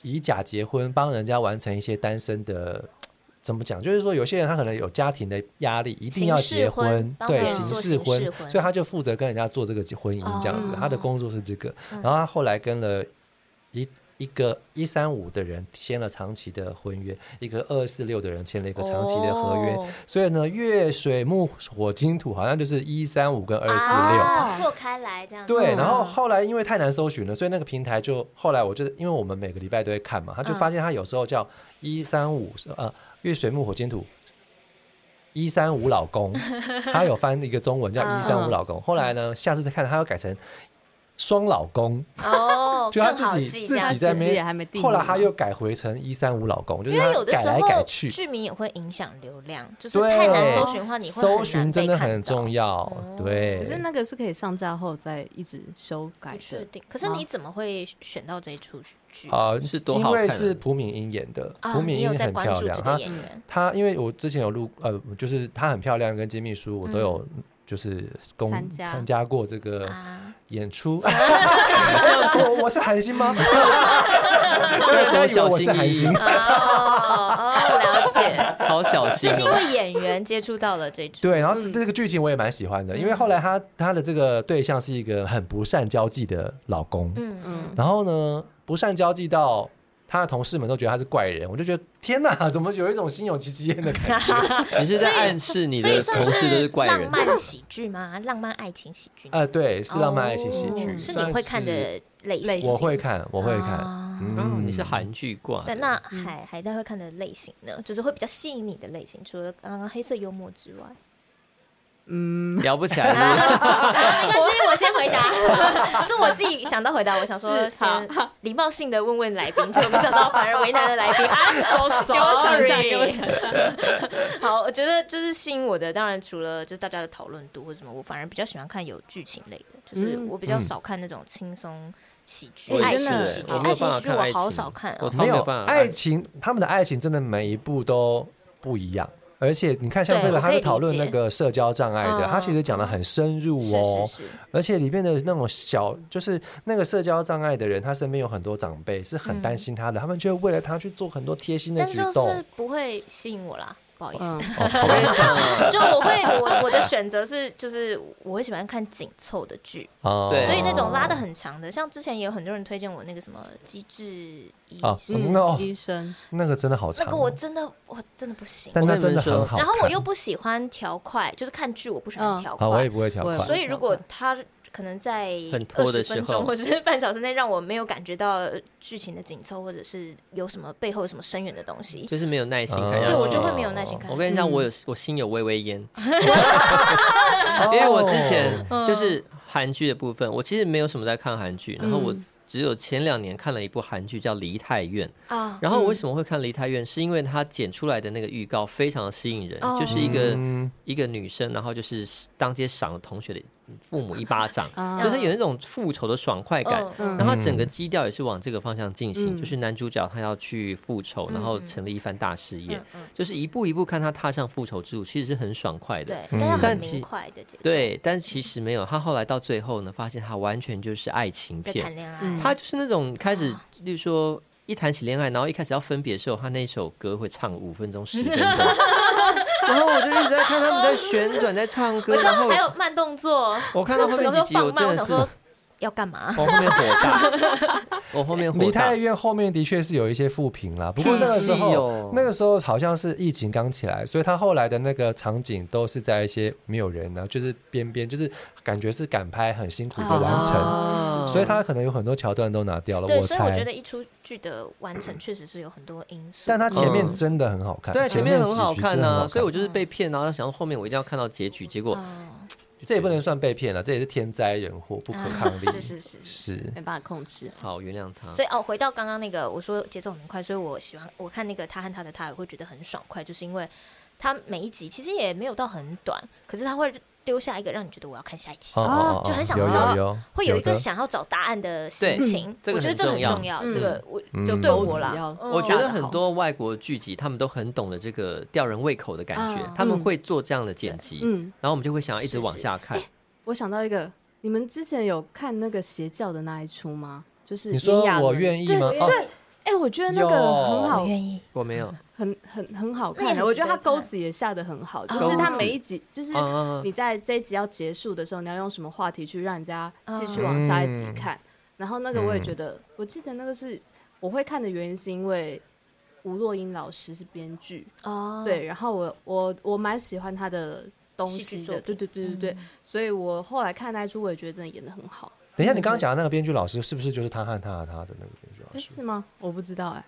Speaker 4: 以假结婚，帮人家完成一些单身的。怎么讲？就是说，有些人他可能有家庭的压力，一定要结
Speaker 3: 形式婚帮
Speaker 4: 对，
Speaker 3: 忙
Speaker 4: 形
Speaker 3: 做
Speaker 4: 式
Speaker 3: 形
Speaker 4: 婚
Speaker 3: 式，婚
Speaker 4: 所以他就负责跟人家做这个结婚姻这样子。
Speaker 3: 哦嗯
Speaker 4: 他的工作是这个，然后他后来跟了一一个一三五的人签了长期的婚约，一个二四六的人签了一个长期的合约。
Speaker 3: 哦
Speaker 4: 所以呢，月水木火金土好像就是一三五跟二四六。
Speaker 3: 啊哦错开来这样子，
Speaker 4: 对，
Speaker 5: 嗯
Speaker 4: 然后后来因为太难搜寻了，所以那个平台就后来我就因为我们每个礼拜都会看嘛，他就发现他有时候叫一三五呃月水木火金土一三五老公，他有翻一个中文叫
Speaker 3: 嗯
Speaker 4: 一三五老公。后来呢，下次再看他要改成双老公，
Speaker 3: 哦，
Speaker 4: 就他
Speaker 3: 更
Speaker 4: 自
Speaker 3: 好
Speaker 4: 己
Speaker 3: 记
Speaker 4: 自
Speaker 3: 这样
Speaker 4: 己
Speaker 3: 子。
Speaker 4: 在
Speaker 5: 其
Speaker 4: 那
Speaker 5: 实也还
Speaker 4: 边
Speaker 5: 没定义
Speaker 4: 后来
Speaker 5: 嘛
Speaker 4: 他又改回成一三五老公，就是
Speaker 3: 因为
Speaker 4: 他
Speaker 3: 有的
Speaker 4: 改
Speaker 3: 时
Speaker 4: 来改
Speaker 3: 候
Speaker 4: 去。
Speaker 3: 剧名也会影响流量，就是
Speaker 4: 对
Speaker 3: 太难搜寻的话，你会很难
Speaker 4: 搜寻真的很重
Speaker 3: 要。
Speaker 4: 要，对
Speaker 3: 哦
Speaker 5: 可。是那个是可以上架后再一直修改
Speaker 3: 不确
Speaker 5: 的，
Speaker 3: 定，可是你怎么会选到这一出剧？
Speaker 4: 嗯啊，
Speaker 1: 是多
Speaker 4: 因
Speaker 1: 好
Speaker 4: 为
Speaker 1: 看
Speaker 4: 是
Speaker 1: 啊
Speaker 4: 朴敏英演的，
Speaker 3: 啊
Speaker 4: 朴，敏
Speaker 3: 你
Speaker 4: 英
Speaker 3: 有在
Speaker 4: 很
Speaker 3: 关
Speaker 4: 漂
Speaker 3: 注
Speaker 4: 亮
Speaker 3: 这，
Speaker 4: 她
Speaker 3: 个演员？
Speaker 4: 她因为我之前有录呃，就是她很漂亮，跟金秘书我都有就是公
Speaker 5: 参加
Speaker 4: 参加过这个
Speaker 3: 嗯啊，
Speaker 4: 演 出。我我是韩星 吗？对，都以为我是韩星
Speaker 1: 要小心翼。
Speaker 3: 哦，哦，了解，
Speaker 1: 好小心
Speaker 3: 这是因
Speaker 1: 哦。
Speaker 3: 为演员接触到了这出，
Speaker 4: 啊对，然后这个剧情我也蛮喜欢
Speaker 3: 嗯
Speaker 4: 的，因为后来她她的这个对象是一个很不善交际的老公，
Speaker 3: 嗯嗯，
Speaker 5: 嗯，
Speaker 4: 然后呢不善交际到。她的同事们都觉得她是怪人，我就觉得天哪，怎么有一种心有戚戚焉的感 觉？
Speaker 1: 你是在暗示你
Speaker 4: 嗯
Speaker 3: 所以
Speaker 1: 的
Speaker 3: 算
Speaker 1: 同事都
Speaker 3: 是
Speaker 1: 是怪
Speaker 3: 浪
Speaker 1: 人？
Speaker 3: 漫喜剧吗？浪漫爱情喜剧？
Speaker 4: 呃，对，是浪漫爱情喜
Speaker 3: 哦
Speaker 4: 剧，
Speaker 3: 是
Speaker 4: 算
Speaker 3: 你会看的类型。
Speaker 4: 我会看，我会看。
Speaker 3: 啊
Speaker 1: 嗯，
Speaker 4: 嗯，
Speaker 1: 你是韩剧挂的
Speaker 3: 对，那海海带会看的类型呢，就是会比较吸引你的类型，除了刚刚黑色幽默之外，
Speaker 5: 嗯
Speaker 1: 聊不起来。
Speaker 3: 没关系，我先回 答，是我自己想到回答。我想说
Speaker 5: 是好
Speaker 3: 先礼貌性的问问来宾，结果没想到反而为难了来 宾。I'm 啊 so
Speaker 5: 给我想一下
Speaker 3: sorry，
Speaker 5: 给我想一下，
Speaker 3: 好，我觉得就是吸引我的，当然除了就是大家的讨论度或什么，我反而比较喜欢看有剧情类的，就是
Speaker 5: 嗯
Speaker 3: 我比较少看那种轻松喜剧、
Speaker 1: 我
Speaker 3: 爱
Speaker 1: 也
Speaker 3: 情
Speaker 1: 是
Speaker 3: 喜剧、
Speaker 1: 哎我没
Speaker 3: 爱
Speaker 1: 有
Speaker 3: 情
Speaker 1: 办法
Speaker 3: 喜剧，
Speaker 1: 看
Speaker 3: 我
Speaker 1: 爱
Speaker 3: 好
Speaker 1: 情
Speaker 3: 少看
Speaker 1: 我
Speaker 3: 哦。
Speaker 1: 超
Speaker 4: 没有
Speaker 1: 办法。哎
Speaker 4: 爱情，他们的爱情真的每一部都不一样。而且你看，像
Speaker 3: 对
Speaker 4: 这个，
Speaker 3: 我
Speaker 4: 他
Speaker 3: 可以
Speaker 4: 是讨论
Speaker 3: 理解
Speaker 4: 那个社交障碍的，
Speaker 3: 嗯
Speaker 4: 他其实讲的很深入
Speaker 3: 是
Speaker 4: 哦
Speaker 3: 是。是，
Speaker 4: 而且里面的那种小，就是那个社交障碍的人，他身边有很多长辈是很担心他的，他们就会为了他去做很多贴心的
Speaker 3: 但
Speaker 4: 举
Speaker 3: 就
Speaker 4: 动。
Speaker 3: 是不会吸引我啦，不好意思。
Speaker 5: 嗯，
Speaker 4: 哦，好吧
Speaker 3: 就我会我我的选择是，就是我会喜欢看紧凑的剧，
Speaker 4: 哦
Speaker 1: 对
Speaker 3: 所以那种拉的很长的，像之前也有很多人推荐我那个什么《机智医
Speaker 4: 啊
Speaker 3: 师
Speaker 4: 嗯那哦
Speaker 5: 医生，
Speaker 4: 那个真的好
Speaker 3: 那
Speaker 4: 长哦，
Speaker 3: 个我真的我真的不行。
Speaker 4: 但
Speaker 1: 我
Speaker 4: 那
Speaker 1: 跟你们
Speaker 4: 真的很
Speaker 1: 说
Speaker 4: 好看。
Speaker 3: 然后我又不喜欢调快，就是看剧我不喜欢
Speaker 5: 嗯
Speaker 3: 调
Speaker 4: 啊，我
Speaker 3: 快
Speaker 4: 也，不会调
Speaker 5: 我也
Speaker 4: 快
Speaker 5: 不。
Speaker 3: 所以如果他可能在
Speaker 1: 很拖
Speaker 3: 二
Speaker 1: 的
Speaker 3: 十
Speaker 1: 时
Speaker 3: 分
Speaker 1: 候
Speaker 3: 钟或者是半小时内让我没有感觉到剧情的紧凑，或者是有什么背后有什么深远的东 西，
Speaker 1: 就是没有耐
Speaker 4: 嗯
Speaker 1: 心看下去。
Speaker 3: 对我就会没有耐心看
Speaker 1: 我。跟你讲，
Speaker 5: 嗯
Speaker 1: 我有我心有微微焉，
Speaker 4: 哦
Speaker 1: 因为我之前就是韩剧的部分，我其实没有什么在看韩剧，然后我
Speaker 5: 嗯
Speaker 1: 只有前两年看了一部韩剧叫《梨泰院》。
Speaker 3: 啊，
Speaker 1: 然后我为什么会看《梨泰院》，是因为它剪出来的那个预告非常的吸引人，
Speaker 3: 哦
Speaker 1: 就是一个
Speaker 4: 嗯
Speaker 1: 一个女生，然后就是当街赏了同学的父母一巴掌，
Speaker 5: 啊
Speaker 1: 就是有那种复仇的爽快感。
Speaker 3: 嗯
Speaker 5: 嗯
Speaker 1: 然后整个基调也是往这个方向进行，
Speaker 5: 嗯
Speaker 1: 就是男主角他要去复仇，然后成立一番大事业，
Speaker 3: 嗯嗯
Speaker 1: 就是一步一步看他踏上复仇之路，其实是很爽快的。
Speaker 3: 对，但是很
Speaker 1: 但其
Speaker 3: 明快的节奏，
Speaker 1: 对，但其实没有，他后来到最后呢，发现他完全就是爱情
Speaker 3: 在
Speaker 1: 片，
Speaker 3: 谈恋爱啊
Speaker 5: 嗯，
Speaker 1: 他就是那种开始，例如说 一谈起恋爱，然后一开始要分别的时候，他那首歌会唱五分钟、十分钟，然后我就一直在看他们在旋转，在唱 歌，
Speaker 3: 我知
Speaker 1: 然
Speaker 3: 道
Speaker 1: 后
Speaker 3: 还有慢动作，
Speaker 1: 我看到后
Speaker 3: 我
Speaker 1: 面
Speaker 3: 整
Speaker 1: 几
Speaker 3: 个
Speaker 1: 集，我
Speaker 3: 放慢，
Speaker 1: 真
Speaker 3: 我
Speaker 1: 的
Speaker 3: 想
Speaker 1: 是
Speaker 3: 说要干嘛？
Speaker 1: 我后面火大，我后 面火
Speaker 4: 梨
Speaker 1: 大
Speaker 4: 泰。院后面的确是有一些负评啦，不过那个时
Speaker 1: 屁
Speaker 4: 候
Speaker 1: 哦，
Speaker 4: 那个时候好像是疫情刚起来，所以他后来的那个场景都是在一些没有人呢、就是边边，就是感觉是赶拍很辛
Speaker 3: 啊
Speaker 4: 苦的完成，
Speaker 1: 哦
Speaker 4: 所以他可能有很多桥段都拿掉了。
Speaker 3: 对，所以
Speaker 4: 猜，
Speaker 3: 我觉得一出剧的完成确实是有很多因素，
Speaker 4: 但他前面
Speaker 1: 嗯
Speaker 4: 真的很好看，
Speaker 1: 对，前面很好
Speaker 4: 几局真
Speaker 1: 看
Speaker 3: 啊
Speaker 4: 的很
Speaker 1: 呐、
Speaker 4: 好
Speaker 1: 所以我就是被骗，然后想到后面我一定要看到结局，结果
Speaker 3: 哦
Speaker 4: 这也不能算被骗啊了，这也是天灾人祸不可
Speaker 3: 啊
Speaker 4: 抗力，嗯
Speaker 3: 是是是是。
Speaker 4: 是
Speaker 5: 没办法控制。
Speaker 1: 好原谅他。
Speaker 3: 所以哦，回到刚刚那个，我说节奏很快，所以我喜欢我看那个他和他的他也会觉得很爽快，就是因为他每一集其实也没有到很短，可是他会留下一个让你觉得我要看下一集，
Speaker 5: 哦
Speaker 3: 就很想
Speaker 4: 有
Speaker 3: 知道
Speaker 4: 有有
Speaker 3: 会有一个
Speaker 4: 的
Speaker 3: 想要找答案的心
Speaker 1: 对嗯
Speaker 3: 情。
Speaker 1: 这个
Speaker 3: 我觉得
Speaker 1: 很
Speaker 3: 这
Speaker 1: 重
Speaker 3: 很
Speaker 1: 要
Speaker 3: 重要，这个我
Speaker 4: 嗯
Speaker 3: 就对我啦
Speaker 5: 嗯，
Speaker 3: 嗯
Speaker 1: 我觉得很多外国剧集他们都很懂得这个吊人胃口的感觉，
Speaker 3: 嗯
Speaker 1: 他们会做这样的剪辑，
Speaker 5: 嗯，
Speaker 1: 然后我们就会想要一直往下看。
Speaker 3: 哎
Speaker 5: 我想到一个，你们之前有看那个邪教的那一出吗？就是
Speaker 3: 啊
Speaker 4: 你说
Speaker 5: 炎亚纶
Speaker 4: 我愿意吗？哦
Speaker 5: 对，哎、我觉得那个很
Speaker 3: 我
Speaker 5: 好，
Speaker 3: 愿意。
Speaker 1: 我没有，
Speaker 5: 很很很好
Speaker 3: 那
Speaker 5: 看
Speaker 3: 也
Speaker 5: 的。
Speaker 3: 很
Speaker 5: 我觉得
Speaker 3: 值得
Speaker 5: 他
Speaker 3: 看哦
Speaker 5: 钩子也下的很好，就
Speaker 3: 钩
Speaker 5: 是他
Speaker 1: 子
Speaker 5: 每一集，就是
Speaker 1: 嗯嗯嗯
Speaker 5: 你在这一集要结束的时候，你要用什么话题去让人家
Speaker 3: 嗯
Speaker 5: 继续往下一集看。然后那个我也觉得，我记得那个是我会看的原因，是因为吴若英老师是编剧，
Speaker 3: 哦，
Speaker 5: 对，然后我我我蛮喜欢他的东
Speaker 3: 戏剧
Speaker 5: 西
Speaker 3: 作嗯
Speaker 5: 的，对对对对
Speaker 1: 嗯
Speaker 5: 对，所以我后来看那一出，我也觉得真的演的很好。
Speaker 3: 哎
Speaker 4: 等一下，你刚刚讲的那个编剧老师是不是就是他和他和他的那个编剧老
Speaker 5: 哎，
Speaker 4: 师？
Speaker 5: 是吗？我不知道哎、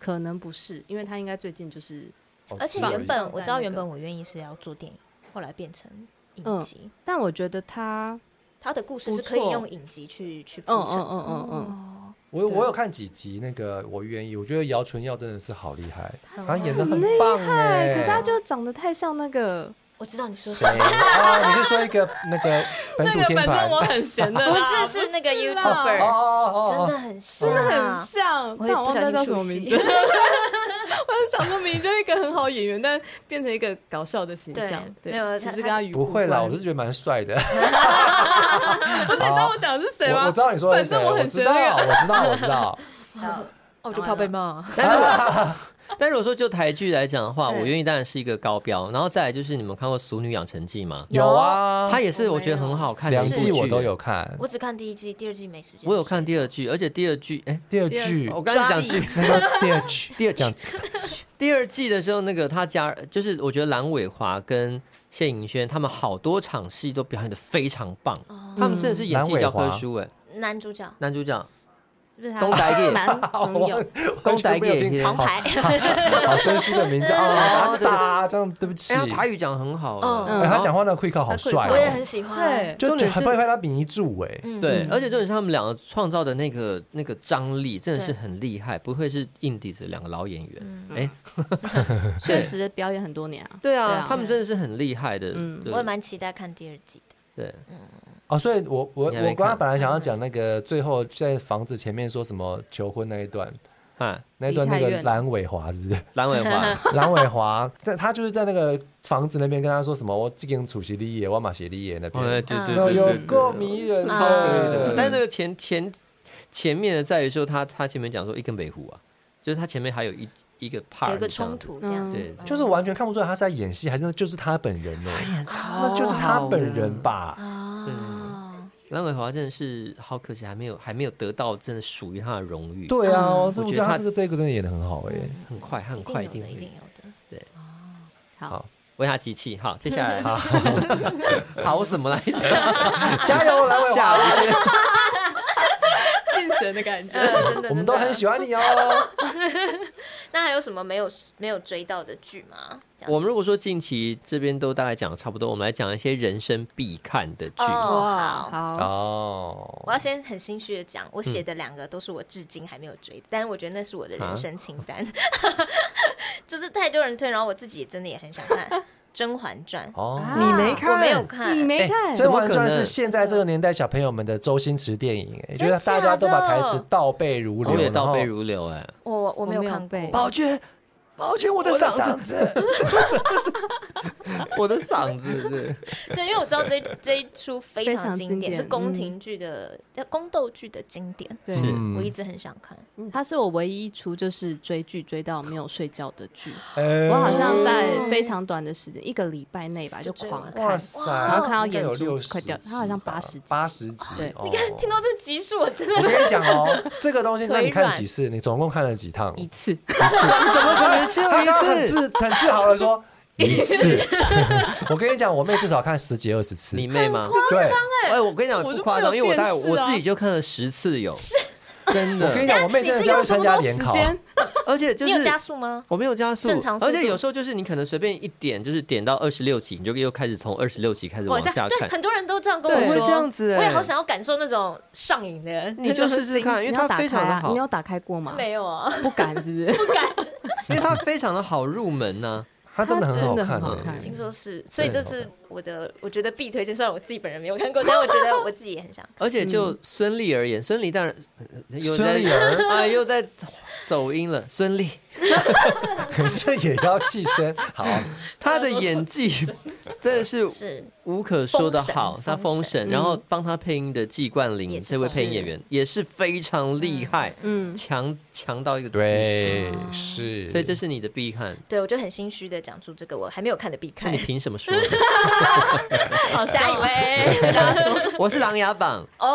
Speaker 5: 可能不是，因为他应该最近就是，
Speaker 4: 哦
Speaker 3: 而且
Speaker 4: 是
Speaker 3: 原本我知道，
Speaker 5: 放在那个
Speaker 3: 原本我愿意是要做电影，后来变成影集。
Speaker 5: 但我觉得他，
Speaker 3: 他的故事
Speaker 5: 不
Speaker 3: 是可以
Speaker 5: 错
Speaker 3: 用影集去去铺
Speaker 5: 嗯
Speaker 3: 陈
Speaker 5: 嗯嗯嗯嗯，
Speaker 3: 哦，
Speaker 4: 我
Speaker 5: 对
Speaker 4: 我有看几集那个我愿意，我觉得姚纯耀真的是好厉害，
Speaker 3: 是
Speaker 4: 他演的很棒哎、
Speaker 5: 可是他就长得太像那个
Speaker 3: 我知道你说
Speaker 4: 谁啊？你是说一个那个本土天团？哦
Speaker 5: 很闲 的
Speaker 3: 啊不是是那个
Speaker 4: 哦
Speaker 3: YouTuber，
Speaker 4: 哦哦
Speaker 3: 真的
Speaker 4: 哦！
Speaker 3: 很像，
Speaker 5: 真的很像，
Speaker 3: 我
Speaker 5: 但
Speaker 3: 也
Speaker 5: 我
Speaker 3: 不
Speaker 5: 忘
Speaker 3: 小
Speaker 5: 记他
Speaker 3: 心
Speaker 5: 叫什么
Speaker 3: 出
Speaker 5: 名
Speaker 3: 戏
Speaker 5: 字。我 就想说，明明就是一个很好演员，但变成一个搞笑的形象。
Speaker 3: 对
Speaker 5: 对，
Speaker 3: 没有
Speaker 5: 其
Speaker 3: 他
Speaker 5: 实跟他与
Speaker 4: 不会啦，
Speaker 5: 老
Speaker 4: 我是觉得蛮帅的。
Speaker 5: 你知道我讲的是谁
Speaker 4: 我
Speaker 5: 吗？
Speaker 4: 我知道你说的是
Speaker 5: 反
Speaker 4: 谁，
Speaker 5: 正我
Speaker 4: 我
Speaker 5: 很
Speaker 4: 知
Speaker 5: 觉得那
Speaker 4: 道，我知道，我知道。
Speaker 3: 哦，我
Speaker 5: 就怕被
Speaker 3: 骂。
Speaker 1: 但嗯如果说就台剧来讲的话，
Speaker 5: 对
Speaker 1: 我愿意当然是一个高标。然后再来就是你们看过《俗女养成记》吗？
Speaker 4: 有啊，
Speaker 1: 它也是
Speaker 3: 嗯哦我
Speaker 1: 我
Speaker 3: 没
Speaker 1: 觉得
Speaker 3: 有
Speaker 1: 很好看的
Speaker 4: 两
Speaker 1: 一部
Speaker 4: 季
Speaker 1: 剧，
Speaker 4: 我都有看，
Speaker 3: 我只看第一季，第二季没时间。
Speaker 1: 我有看第二季，而且第二季，哎、
Speaker 4: 第二
Speaker 5: 第二
Speaker 4: 季
Speaker 1: 我刚才讲
Speaker 3: 抓
Speaker 1: 剧，
Speaker 4: 那时候第二季
Speaker 1: 第二季
Speaker 4: 这样子
Speaker 1: 第二季的时候，那个他加就是我觉得蓝伟华跟谢颖轩他们好多场戏都表现的非常棒，他们真的是演技教科书哎。
Speaker 3: 哦男主角
Speaker 1: 男主角
Speaker 3: 是 不是
Speaker 1: 公仔
Speaker 3: 他
Speaker 1: 给
Speaker 3: 男朋
Speaker 4: 我
Speaker 3: 友
Speaker 1: 公仔给也
Speaker 3: 王 牌？
Speaker 4: 好生疏的名字啊，阿达，这样对不起。
Speaker 1: 哎，他台语讲得很好
Speaker 3: 嗯
Speaker 1: 哎，
Speaker 4: 哎他讲话那个 quick 好
Speaker 5: 他 quick
Speaker 4: 帅，
Speaker 3: 我也很
Speaker 4: 哦，
Speaker 3: 喜欢
Speaker 5: 对。
Speaker 4: 就
Speaker 1: 重
Speaker 4: 就
Speaker 1: 点是
Speaker 4: 很不会被他迷住哎。
Speaker 3: 嗯
Speaker 1: 对，而且重点是他们两个创造的那个那个张力真的是很厉害，不愧是硬底子两个老演员，哎，嗯
Speaker 5: 确实表演很多年啊。
Speaker 1: 对
Speaker 5: 对
Speaker 1: 啊
Speaker 5: 啊，
Speaker 1: 他们真的是很厉害的，
Speaker 5: 嗯
Speaker 1: 对
Speaker 3: 我也蛮期待看第二季的。
Speaker 1: 对，
Speaker 4: 哦，所以我我我
Speaker 1: 你还没
Speaker 4: 刚刚
Speaker 1: 看
Speaker 4: 本来
Speaker 3: 嗯
Speaker 4: 想要讲那个最后在房子前面说什么求婚那一段，
Speaker 1: 哎，
Speaker 4: 那一段
Speaker 5: 李
Speaker 4: 那
Speaker 5: 泰
Speaker 4: 个
Speaker 5: 院
Speaker 4: 蓝伟华是不 是？
Speaker 1: 蓝伟 华，
Speaker 4: 蓝伟华，但他就是在那个房子那边跟他说什么，我这跟楚席立业，我马协立业那
Speaker 1: 哎，
Speaker 4: 边，
Speaker 1: 对
Speaker 3: 嗯
Speaker 1: 对
Speaker 4: 那
Speaker 1: 对
Speaker 4: 有
Speaker 1: 对对，
Speaker 4: 够迷人
Speaker 3: 啊
Speaker 4: 的
Speaker 3: 嗯。
Speaker 1: 但那个前前前面的在于说他他前面讲说一根北湖啊，就是他前面还有一一个 part
Speaker 3: 有一个冲，突这样子，嗯
Speaker 1: 对
Speaker 5: 嗯
Speaker 4: 就是完全看不出来他是在演戏，还是那就是他本人呢？
Speaker 3: 哎
Speaker 4: 那就是他本人吧？
Speaker 3: 啊，
Speaker 1: 蓝伟华真的是好可惜，还没有还没有得到真的属于他的荣誉。，
Speaker 4: 对啊，
Speaker 3: 嗯
Speaker 4: 我
Speaker 1: 觉得
Speaker 4: 真的觉得他
Speaker 1: 他
Speaker 4: 这个这个真的演的很好哎。
Speaker 1: 很快他很
Speaker 3: 一定
Speaker 1: 快
Speaker 3: 有的，
Speaker 1: 会
Speaker 3: 一定有的。
Speaker 5: 好，
Speaker 1: 为他集气。 好，接下来吵什么来着？
Speaker 3: 嗯
Speaker 4: 加油，蓝伟
Speaker 1: 下
Speaker 4: 华，
Speaker 1: 一个
Speaker 5: 竞选的感觉。
Speaker 4: 我们都很喜欢你哦。
Speaker 3: 那还有什么没有没有追到的剧吗？这样子
Speaker 1: 我们如果说近期这边都大概讲的差不多，我们来讲一些人生必看的剧。
Speaker 3: 哦好
Speaker 5: 好，
Speaker 4: 哦
Speaker 3: 我，要先很心虚的讲，我
Speaker 1: 嗯
Speaker 3: 写的两个都是我至今还没有追的，但是我觉得那是我的
Speaker 1: 啊
Speaker 3: 人生清单， 就是太多人推，然后我自己也真的也很想看《甄嬛传》，
Speaker 4: 哦
Speaker 5: 你
Speaker 4: 没
Speaker 3: 啊我没有看，
Speaker 5: 你没看
Speaker 4: 《
Speaker 1: 这
Speaker 4: 甄嬛
Speaker 1: 怎么
Speaker 4: 传
Speaker 1: 可》能
Speaker 4: 是现在这个年代小朋友们的周星驰电影，哎，就
Speaker 3: 真
Speaker 4: 是
Speaker 3: 的
Speaker 4: 大家都把
Speaker 3: 假
Speaker 4: 台
Speaker 3: 的
Speaker 4: 哦词倒背如流，
Speaker 1: 我也
Speaker 4: 然后
Speaker 1: 倒背如流哎，
Speaker 3: 我我没有
Speaker 5: 我没有
Speaker 3: 看过
Speaker 5: 背，
Speaker 1: 宝娟，
Speaker 4: 抱歉，我的嗓子。
Speaker 1: 我的嗓子是
Speaker 3: 对，因为我知道 这这一出非
Speaker 5: 非
Speaker 3: 常
Speaker 5: 常
Speaker 3: 经
Speaker 5: 经
Speaker 3: 典，是
Speaker 5: 典
Speaker 3: 宫
Speaker 5: 嗯
Speaker 3: 廷剧的、呃宫斗剧的经典，
Speaker 5: 对，
Speaker 1: 是
Speaker 3: 我一直很想看。
Speaker 1: 哦
Speaker 5: 嗯它是我唯一一出就是追剧追到没有睡觉的剧，
Speaker 1: 哦
Speaker 4: 哎
Speaker 5: 我好像在非常短的时间，一个礼拜内吧就
Speaker 3: 追
Speaker 5: 狂
Speaker 3: 完
Speaker 4: 哇
Speaker 5: 看，
Speaker 4: 塞，
Speaker 5: 然后看到
Speaker 4: 应该
Speaker 5: 眼
Speaker 4: 有
Speaker 5: 珠
Speaker 4: 六
Speaker 5: 子快掉，它好像八十集，
Speaker 4: 八十集。
Speaker 5: 对
Speaker 4: 你
Speaker 3: 你看，听到这集数，我真的
Speaker 4: 我跟你讲哦，这个东西，
Speaker 3: 腿
Speaker 4: 那你看
Speaker 3: 软
Speaker 4: 几次？你总共看了几趟？
Speaker 5: 一次，
Speaker 1: 怎么可能只有
Speaker 4: 他刚刚
Speaker 1: 一
Speaker 4: 很
Speaker 1: 次？
Speaker 4: 自很自豪的说一次。 我跟你讲，我妹至少看十几二十次。
Speaker 1: 你妹吗？
Speaker 4: 对，
Speaker 1: 哎，我跟你讲
Speaker 5: 我
Speaker 1: 不
Speaker 5: 就
Speaker 1: 夸
Speaker 5: 没
Speaker 1: 张，
Speaker 5: 有
Speaker 1: 因为我大概
Speaker 5: 电视
Speaker 1: 我
Speaker 5: 啊
Speaker 1: 自己就看了十次有，真
Speaker 4: 我跟你
Speaker 1: 的，
Speaker 4: 讲，我妹真的是要去参加联考啊
Speaker 5: 时。间
Speaker 1: 而且就
Speaker 3: 你有
Speaker 1: 是
Speaker 3: 加速吗？
Speaker 1: 我没有加速
Speaker 3: 正常，速度
Speaker 1: 而且有时候就是你可能随便一点，就是点到二十六集，你就又开始从二十六集开始往
Speaker 3: 往下
Speaker 1: 下
Speaker 3: 对，
Speaker 1: 看。
Speaker 3: 很多人都这样跟我
Speaker 5: 对
Speaker 3: 说，
Speaker 1: 我会这样子欸
Speaker 3: 我也好想要感受那种上瘾的。
Speaker 1: 你 就试试看，因为
Speaker 5: 你要
Speaker 1: 它
Speaker 5: 打
Speaker 1: 非
Speaker 5: 开
Speaker 1: 常的
Speaker 5: 啊，
Speaker 1: 好
Speaker 5: 你，有打开过吗？
Speaker 3: 没有啊，
Speaker 5: 不敢是不 是？
Speaker 3: 不敢。
Speaker 1: 因为它非常的好入门呢。
Speaker 4: 她真的很好
Speaker 5: 她真的
Speaker 4: 看
Speaker 5: 很好
Speaker 4: 欸
Speaker 5: 看
Speaker 3: 听说是，所以
Speaker 4: 对
Speaker 3: 这是我的，我觉得必推荐。虽然我自己本人没有看过，但我觉得我自己也很想。
Speaker 1: 而且就孙俪而言，孙俪当然呃又在
Speaker 4: 孙俪儿
Speaker 1: 啊又在走音了，孙俪。
Speaker 4: 这也要气声。好，
Speaker 1: 他的演技真的是
Speaker 3: 是，
Speaker 1: 无可说的好
Speaker 3: 封，神
Speaker 1: 他
Speaker 3: 封
Speaker 1: 封神，
Speaker 5: 神
Speaker 1: 然后帮他配音的季冠霖
Speaker 3: 也是
Speaker 1: 这位
Speaker 3: 封
Speaker 1: 配音
Speaker 3: 神
Speaker 1: 演员也是非常厉害，
Speaker 5: 嗯，
Speaker 1: 强强到一个
Speaker 4: 对，是
Speaker 1: 不行，。所以这是你的必看。
Speaker 3: 对我就很心虚的讲出这个我还没有看的必
Speaker 1: 那
Speaker 3: 看
Speaker 1: 你。凭什么 说？
Speaker 5: 好
Speaker 3: 下一 位
Speaker 1: 我是《琅琊榜
Speaker 3: 哦，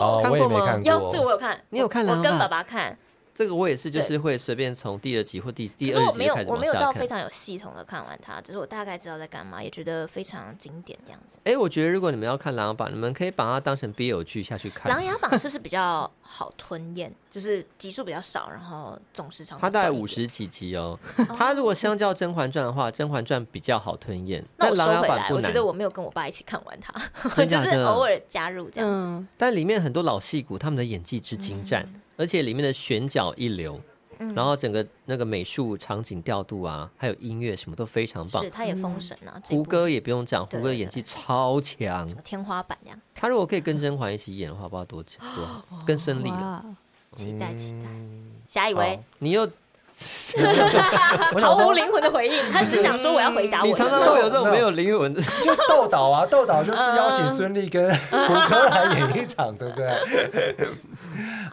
Speaker 4: 哦，
Speaker 1: 看
Speaker 4: 我也
Speaker 1: 过
Speaker 4: 没
Speaker 1: 吗
Speaker 4: 看
Speaker 3: 有这个我
Speaker 4: 过。
Speaker 3: 有看，啊
Speaker 1: 你有看
Speaker 3: 我
Speaker 1: 狼
Speaker 3: 跟
Speaker 1: 吧
Speaker 3: 爸爸看，》，
Speaker 1: 这个我也是，就是会随便从第二集或第
Speaker 3: 可
Speaker 1: 第
Speaker 3: 是
Speaker 1: 二
Speaker 3: 我
Speaker 1: 集
Speaker 3: 没
Speaker 1: 就
Speaker 3: 有
Speaker 1: 开始
Speaker 3: 我
Speaker 1: 往
Speaker 3: 没有
Speaker 1: 下
Speaker 3: 到
Speaker 1: 看
Speaker 3: 非。常有系统的看完它，只是我大概知道在干嘛，也觉得非常经典这样子。
Speaker 1: 哎，我觉得如果你们要看《琅琊榜》，你们可以把它当成 BL 剧下去
Speaker 3: 《琅
Speaker 1: 看。
Speaker 3: 琊榜》是不是比较好吞咽？就是集数比较少，然后总时长
Speaker 1: 它大概
Speaker 3: 不到一
Speaker 1: 五
Speaker 3: 点。
Speaker 1: 十几集哦，它如果相较《甄嬛传》的话，《甄嬛传》比较好吞咽，
Speaker 3: 那
Speaker 1: 但
Speaker 3: 我
Speaker 1: 《
Speaker 3: 收
Speaker 1: 琅琊
Speaker 3: 回
Speaker 1: 榜
Speaker 3: 来，》
Speaker 1: 不
Speaker 3: 我觉
Speaker 1: 难
Speaker 3: 得。我没有跟我爸一起看 完它，我
Speaker 1: 真
Speaker 3: 就
Speaker 1: 假
Speaker 3: 是
Speaker 1: 的
Speaker 3: 偶尔加入这样子。
Speaker 5: 嗯，
Speaker 1: 但里面很多老戏骨他们的演技之精湛，
Speaker 3: 嗯
Speaker 1: 而且里面的选角一流，然后整个那个美术场景调度啊，还有音乐什么都非常棒
Speaker 4: 嗯
Speaker 3: 是，。他也封神啊，这一
Speaker 1: 胡
Speaker 3: 部
Speaker 1: 歌也不用讲，胡歌
Speaker 3: 对
Speaker 1: 演技超强。
Speaker 3: 天花板这样，
Speaker 1: 他如果可以跟甄嬛一起演的话，不知道多多
Speaker 3: 哦
Speaker 1: 好，跟孙俪了。
Speaker 5: 哇，
Speaker 3: 期待期
Speaker 4: 嗯
Speaker 3: 待。下一位，
Speaker 1: 你又
Speaker 4: 我想
Speaker 3: 毫无
Speaker 4: 说，嗯
Speaker 3: 灵魂的回应，他只想说我要回答啊我
Speaker 1: 你
Speaker 3: 的。
Speaker 1: 常常会有这种没有灵 魂的，
Speaker 4: 就豆导啊，豆导就是邀请孙俪跟胡歌来演一场，对不对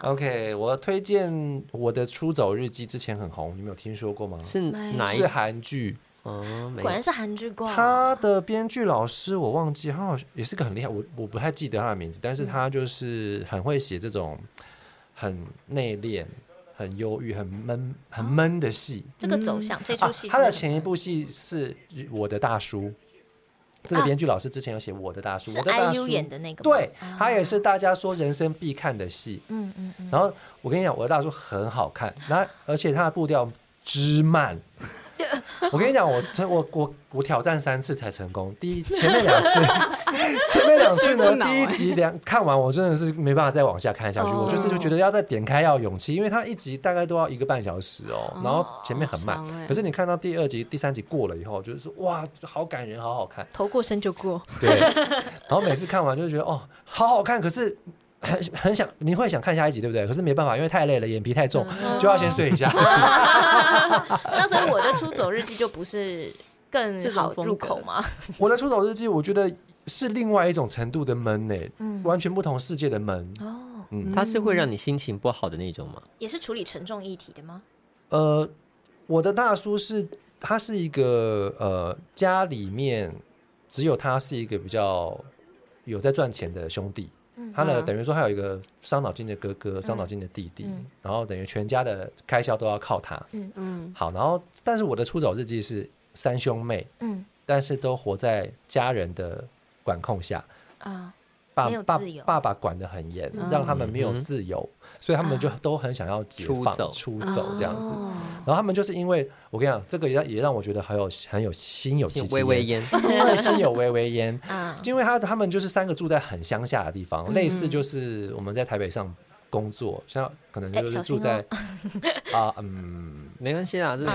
Speaker 4: ？OK，我推荐我的《出走日记》，之前很红，你们有听说过吗？
Speaker 1: 是哪一
Speaker 4: 是？韩剧，
Speaker 1: 哦，没
Speaker 3: 果
Speaker 1: 有
Speaker 3: 然。是韩剧挂。
Speaker 4: 他的编剧老师我忘记，他好像也是个很厉害，我我不太记得他的名字，但是他就是很会写这种很内敛、很忧郁、很闷、很闷的戏。
Speaker 3: 这个走向，这
Speaker 4: 啊
Speaker 3: 出戏，
Speaker 4: 他的前一部戏是《我的大叔》，这个编剧老师之前有写《我的大叔》，
Speaker 3: 啊是
Speaker 4: 我的大
Speaker 3: IU
Speaker 4: 叔
Speaker 3: 演的啊那个吗，
Speaker 4: 对，他也是大家说人生必看的戏。
Speaker 3: 嗯嗯嗯，
Speaker 4: 然后我跟你讲，我的大叔很好看，那而且他的步调之 慢。我跟你讲，我成我我我挑战三次才成功，第一前面两 次，前面两次
Speaker 5: 吃不
Speaker 4: 呢，
Speaker 5: 恼
Speaker 4: 第一
Speaker 5: 欸哦
Speaker 4: 集两看完我真的是没办法再往下看下去，我就是就觉得要再点开要有勇气，因为它一集大概都要一个半小时哦，然后前面很慢
Speaker 5: 好长欸，
Speaker 4: 可是你看到第二集、第三集过了以后，就是说哇，好感人，好好看。
Speaker 3: 头过身就过，
Speaker 4: 对，然后每次看完就觉得哦，好好看，可是很很想，你会想看下一集，对不对？可是没办法，因为太累了，眼皮太重，
Speaker 3: 嗯
Speaker 4: 就要先睡一下。
Speaker 3: 那所以我的《出走日记》就不是更
Speaker 5: 这种
Speaker 3: 好
Speaker 5: 风
Speaker 3: 入
Speaker 5: 格
Speaker 3: 口吗？
Speaker 4: 我的出走日记，我觉得是另外一种程度的闷呢、
Speaker 3: 嗯
Speaker 4: 完全不同世界的闷。
Speaker 3: 哦，
Speaker 1: 他是会让你心情不好的那种吗？
Speaker 3: 也是处理沉重议题的吗？
Speaker 4: 呃，我的大叔是他是一个呃家里面只有他是一个比较有在赚钱的兄弟，
Speaker 3: 嗯
Speaker 4: 他的等于说还有一个伤脑筋的哥哥、伤脑筋的弟弟，
Speaker 3: 啊嗯
Speaker 4: 然后等于全家的开销都要靠他。
Speaker 5: 嗯，
Speaker 4: 好，然后但是我的出走日记是三兄妹，
Speaker 3: 嗯
Speaker 4: 但是都活在家人的管控下，
Speaker 3: 啊，
Speaker 4: 爸
Speaker 3: 没有
Speaker 4: 爸
Speaker 3: 自由嗯
Speaker 4: 爸爸管得很严，让他们没有自由，所以他们
Speaker 3: 啊
Speaker 4: 就都很想要解
Speaker 1: 出
Speaker 4: 放、
Speaker 1: 走
Speaker 4: 出走这样子。
Speaker 5: 哦
Speaker 4: 然后他们就是因为我跟你讲，这个也让也让我觉得很有很有心有戚戚
Speaker 1: 微微，烟，
Speaker 4: 因为心有微微焉。
Speaker 3: 啊，
Speaker 4: 因为他他们就是三个住在很乡下的地方，
Speaker 3: 嗯
Speaker 4: 类似就是我们在台北上工作，像可能
Speaker 3: 哎
Speaker 4: 就是
Speaker 3: 小心
Speaker 4: 住
Speaker 3: 哦
Speaker 4: 在啊、嗯。
Speaker 1: 没关系啊 啦，这是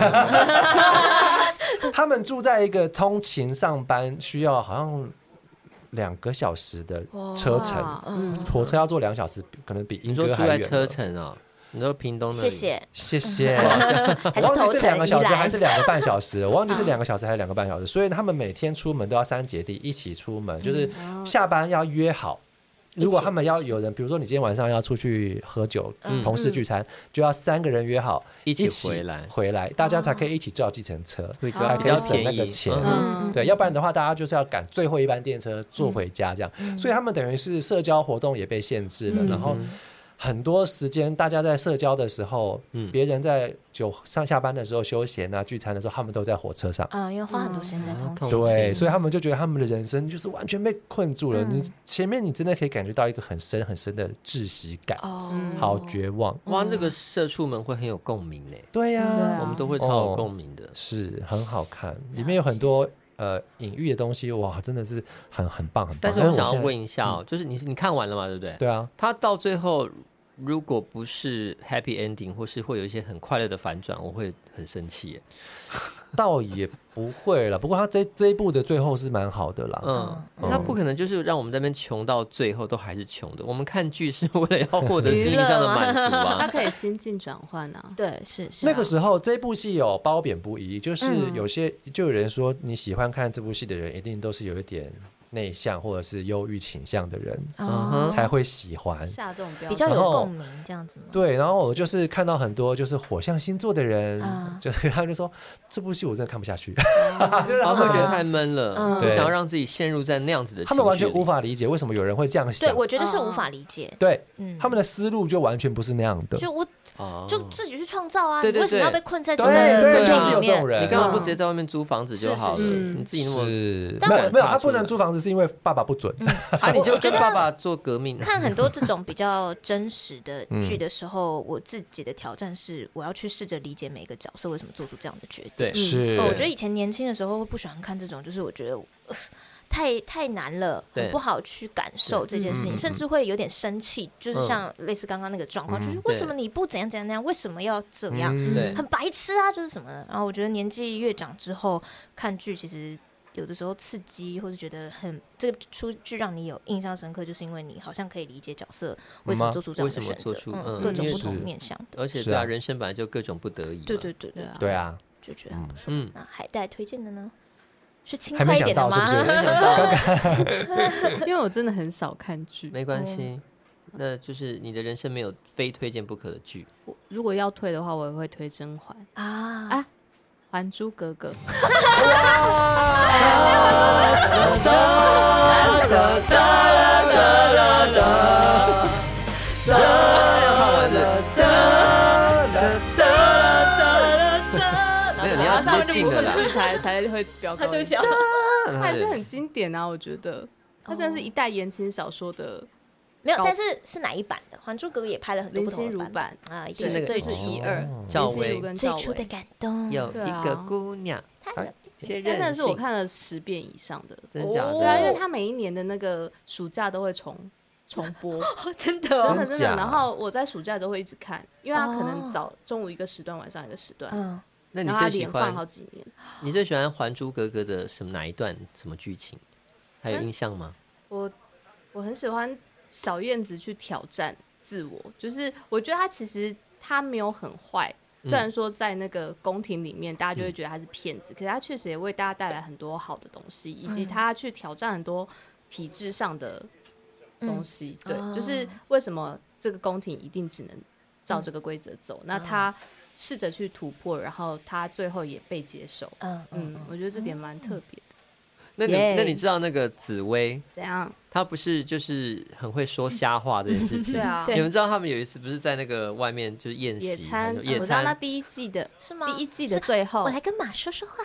Speaker 4: 他们住在一个通勤上班需要好像两个小时的车程，
Speaker 5: 哇嗯，
Speaker 4: 火车要坐两小时，可能比
Speaker 1: 你
Speaker 4: 英
Speaker 1: 说
Speaker 4: 哥
Speaker 1: 住
Speaker 4: 还
Speaker 1: 在
Speaker 4: 远。
Speaker 1: 车，程啊？你说屏东的，
Speaker 3: 谢。谢，
Speaker 4: 谢 谢。
Speaker 3: 还
Speaker 4: 我
Speaker 3: 是
Speaker 4: 忘
Speaker 3: 头
Speaker 4: 记是两
Speaker 3: 城
Speaker 4: 个
Speaker 3: 宜
Speaker 4: 小时
Speaker 3: 兰
Speaker 4: 还是两个半小时，我忘
Speaker 1: 啊
Speaker 4: 记是两个小时还是两个半小时，所以他们每天出门都要三姐弟一起出
Speaker 1: 嗯
Speaker 4: 门，就是
Speaker 5: 嗯
Speaker 4: 下班要约好。如果他们要有人，比如说你今天晚上要出去喝酒，
Speaker 3: 嗯
Speaker 4: 同事聚餐，就要三个人约好
Speaker 1: 一起
Speaker 4: 起
Speaker 1: 回来啊
Speaker 4: 回来大家才可以一起叫计程车。
Speaker 1: 会比
Speaker 3: 哦
Speaker 1: 较
Speaker 3: 还
Speaker 1: 比
Speaker 3: 可以
Speaker 1: 较
Speaker 3: 省
Speaker 1: 便
Speaker 4: 那个
Speaker 1: 宜，
Speaker 4: 钱
Speaker 1: 嗯
Speaker 5: 嗯，
Speaker 4: 对，要不然的话，大家就是要赶最后一班电车坐回家这样，
Speaker 3: 嗯
Speaker 4: 所以他们等于是社交活动也被限制了，
Speaker 5: 嗯
Speaker 4: 然后很多时间大家在社交的时候，
Speaker 1: 嗯
Speaker 4: 别人在酒上下班的时候休闲啊、聚餐的时候，他们都在火车上。
Speaker 3: 嗯，因为花很多时间在通
Speaker 5: 哦
Speaker 3: 勤，
Speaker 4: 对，所以他们就觉得他们的人生就是完全被困住了。
Speaker 3: 嗯
Speaker 4: 你前面你真的可以感觉到一个很深很深的窒息感，
Speaker 3: 哦，
Speaker 4: 嗯好绝望。
Speaker 1: 哇，这个社畜们会很有共鸣呢，欸
Speaker 4: 对呀、
Speaker 5: 对啊
Speaker 1: 我们都会超
Speaker 4: 哦
Speaker 1: 有共鸣的。
Speaker 4: 是很好看，里面有很多呃隐喻的东西，哇，真的是很很棒很
Speaker 1: 但
Speaker 4: 棒。
Speaker 1: 是我想要
Speaker 4: 现在嗯
Speaker 1: 问一下哦，就是你你看完了嘛，对不对？
Speaker 4: 对啊，
Speaker 1: 他到最后如果不是 happy ending，或是会有一些很快乐的反转，我会很生气耶。
Speaker 4: 倒也不会了。不过他这这一部的最后是蛮好的啦。
Speaker 1: 嗯，
Speaker 4: 哦
Speaker 1: 他不可能就是让我们在那边穷到最后都还是穷的。我们看剧是为了要获得心灵上的满足
Speaker 5: 他
Speaker 1: 啊。
Speaker 5: 可以心境转换啊。
Speaker 3: 对，是是啊嗯
Speaker 4: 那个时候，这部戏有褒贬不一，就是有些、就有人说，你喜欢看这部戏的人，一定都是有一点内向或者是忧郁倾向的人、
Speaker 1: 嗯
Speaker 3: 哦
Speaker 1: 哼
Speaker 4: 才会喜
Speaker 1: 嗯
Speaker 4: 欢。
Speaker 3: 啊
Speaker 5: 下这种标
Speaker 3: 比较
Speaker 5: 准
Speaker 3: 有共鸣这样子吗？
Speaker 4: 对，然后我就是看到很多就是火象星座的人，
Speaker 3: 啊
Speaker 4: 就是 他们就说这部戏我真的看不下去，
Speaker 3: 哦
Speaker 1: 他们会觉得太闷了，
Speaker 3: 嗯
Speaker 1: 不想要让自己陷入在那样子的情绪
Speaker 4: 他
Speaker 1: 里。
Speaker 4: 们完全无法理解为什么有人会这样想
Speaker 3: 对，。我觉得是无法理解，
Speaker 4: 对，
Speaker 3: 嗯，
Speaker 4: 他们的思路就完全不是那样的。
Speaker 3: 就我
Speaker 1: 哦
Speaker 3: 就自己去创造啊，
Speaker 1: 对
Speaker 3: 你
Speaker 1: 对
Speaker 3: 为什么要
Speaker 1: 对
Speaker 3: 被困在这
Speaker 4: 对
Speaker 3: 个
Speaker 4: 对，
Speaker 3: 困
Speaker 4: 就
Speaker 3: 境
Speaker 4: 是
Speaker 3: 里
Speaker 4: 有这
Speaker 3: 面
Speaker 4: 种？人。
Speaker 1: 你干嘛不
Speaker 3: 嗯
Speaker 1: 直接在外面租房子就好了？
Speaker 3: 是
Speaker 5: 是是
Speaker 1: 你自己那么
Speaker 4: 是，
Speaker 3: 但
Speaker 4: 没
Speaker 3: 我
Speaker 4: 有没有，
Speaker 1: 看
Speaker 4: 他
Speaker 1: 不
Speaker 4: 不
Speaker 1: 出来
Speaker 4: 能租房子是因为爸爸不准。
Speaker 1: 啊，你
Speaker 3: 我
Speaker 1: 就
Speaker 3: 我觉
Speaker 1: 跟
Speaker 3: 得
Speaker 1: 爸爸做革命啊。
Speaker 3: 看很多这种比较真实的
Speaker 4: 嗯
Speaker 3: 剧的时候，我自己的挑战是，我要去试着理解每一个角色为什么做出这样的决定。
Speaker 1: 对，
Speaker 5: 嗯
Speaker 4: 是
Speaker 3: 哦，我觉得以前年轻的时候会不喜欢看这种，就是我觉得、呃太太难了，很
Speaker 1: 对
Speaker 3: 不好去感受这件事情，
Speaker 1: 嗯嗯
Speaker 3: 甚至会有点生气，就是
Speaker 1: 嗯
Speaker 3: 像类似刚刚那个状况，就是为什么你不怎样怎样那样，为什么要这样，
Speaker 4: 嗯
Speaker 5: 嗯
Speaker 1: 对
Speaker 3: 很白痴啊，就是什么的。然后我觉得年纪越长之后，看剧其实。有的时候刺激，或是觉得很这个出剧让你有印象深刻，就是因为你好像可以理解角色为什么
Speaker 4: 吗
Speaker 3: 做出这
Speaker 1: 嗯
Speaker 3: 样
Speaker 1: 为什
Speaker 3: 的
Speaker 1: 么
Speaker 3: 选
Speaker 1: 做
Speaker 3: 择，
Speaker 1: 出
Speaker 3: 嗯，
Speaker 1: 嗯
Speaker 3: 各种
Speaker 1: 因
Speaker 4: 为
Speaker 3: 不同
Speaker 4: 是
Speaker 3: 面向的，
Speaker 1: 而且
Speaker 4: 是
Speaker 1: 对
Speaker 4: 啊
Speaker 1: 啊，人生本来就各种不得已嘛。
Speaker 3: 对对对对
Speaker 5: 对啊
Speaker 4: 对啊，
Speaker 3: 就觉得很不错。
Speaker 1: 嗯
Speaker 3: 那海带推荐的呢？是轻
Speaker 4: 还
Speaker 3: 快
Speaker 4: 没
Speaker 3: 一
Speaker 4: 想
Speaker 3: 点的
Speaker 4: 到
Speaker 3: 吗？
Speaker 4: 是不 是？
Speaker 5: 因为我真的很少看剧，
Speaker 1: 没关系，那就是你的人生没有非推荐不可的剧。
Speaker 5: 我如果要推的话，我也会推《甄嬛》《
Speaker 3: 啊
Speaker 5: 啊还珠格格》。
Speaker 1: 没有，你要直接进的啦。
Speaker 5: 才才会飙高音，
Speaker 3: 讲，
Speaker 5: 它还是很经典啊，我觉得。它真的
Speaker 3: 哦
Speaker 5: 是一代言情小说的
Speaker 3: 没有，
Speaker 5: 搞
Speaker 3: 但是是哪一版的？《还珠格格》也拍了很多
Speaker 5: 林
Speaker 3: 不
Speaker 5: 心
Speaker 3: 同
Speaker 5: 如
Speaker 3: 的
Speaker 5: 版，
Speaker 3: 啊，一
Speaker 5: 对，
Speaker 1: 是那
Speaker 3: 是
Speaker 1: 个
Speaker 5: 最
Speaker 3: 最
Speaker 5: 是一
Speaker 4: 哦
Speaker 5: 二，
Speaker 1: 赵
Speaker 5: 林心
Speaker 1: 薇
Speaker 5: 如跟
Speaker 3: 最
Speaker 5: 赵
Speaker 3: 初的
Speaker 5: 薇，
Speaker 3: 感动，
Speaker 1: 有
Speaker 5: 对
Speaker 1: 一
Speaker 5: 啊
Speaker 1: 个姑娘，
Speaker 3: 她
Speaker 4: 哎
Speaker 3: 的
Speaker 1: 确
Speaker 5: 它真的
Speaker 1: 认
Speaker 5: 是我，看了十遍以上的。
Speaker 1: 真假
Speaker 5: 对啊，因为
Speaker 1: 的？
Speaker 5: 它每一年的那个暑假都会重重 播，
Speaker 3: 真的
Speaker 5: 真
Speaker 3: 哦，
Speaker 5: 的
Speaker 4: 真
Speaker 5: 真
Speaker 4: 假
Speaker 5: 的。然后我在暑假都会一直看，因为它可能早中午一个时段，晚上一个时段，
Speaker 3: 嗯，
Speaker 1: 那你
Speaker 5: 然后它
Speaker 1: 最喜
Speaker 5: 连放好
Speaker 1: 欢
Speaker 5: 几年。
Speaker 1: 你最喜欢《还珠格格》的什么哪一段？什么剧情？还
Speaker 5: 嗯
Speaker 1: 有印象吗？
Speaker 5: 我我很喜欢小燕子去挑战自我，就是我觉得她其实她没有很坏，
Speaker 1: 嗯
Speaker 5: 虽然说在那个宫廷里面，大家就会觉得她是骗
Speaker 1: 嗯
Speaker 5: 子，可是她确实也为大家带来很多好的东西，以及她去挑战很多体制上的东西。
Speaker 1: 嗯
Speaker 5: 对，
Speaker 3: 哦
Speaker 5: 就是为什么这个宫廷一定只能照这个规则走？
Speaker 1: 嗯
Speaker 5: 那她试着去突破，然后她最后也被接受。
Speaker 3: 嗯
Speaker 5: 嗯
Speaker 3: 嗯，，
Speaker 5: 我觉得这点蛮特别的。
Speaker 1: 那你
Speaker 3: 耶
Speaker 1: 那你知道那个紫薇，
Speaker 5: 怎样？
Speaker 1: 她不是就是很会说瞎话这件事情？
Speaker 5: 对啊，
Speaker 1: 你们知道他们有一次不是在那个外面就是宴
Speaker 5: 野
Speaker 1: 席
Speaker 5: 餐，
Speaker 1: 嗯还是野
Speaker 5: 我知道那
Speaker 1: 餐，
Speaker 5: 第一季的
Speaker 3: 是吗？
Speaker 5: 第一季的哦最后，
Speaker 3: 我来跟马说说话，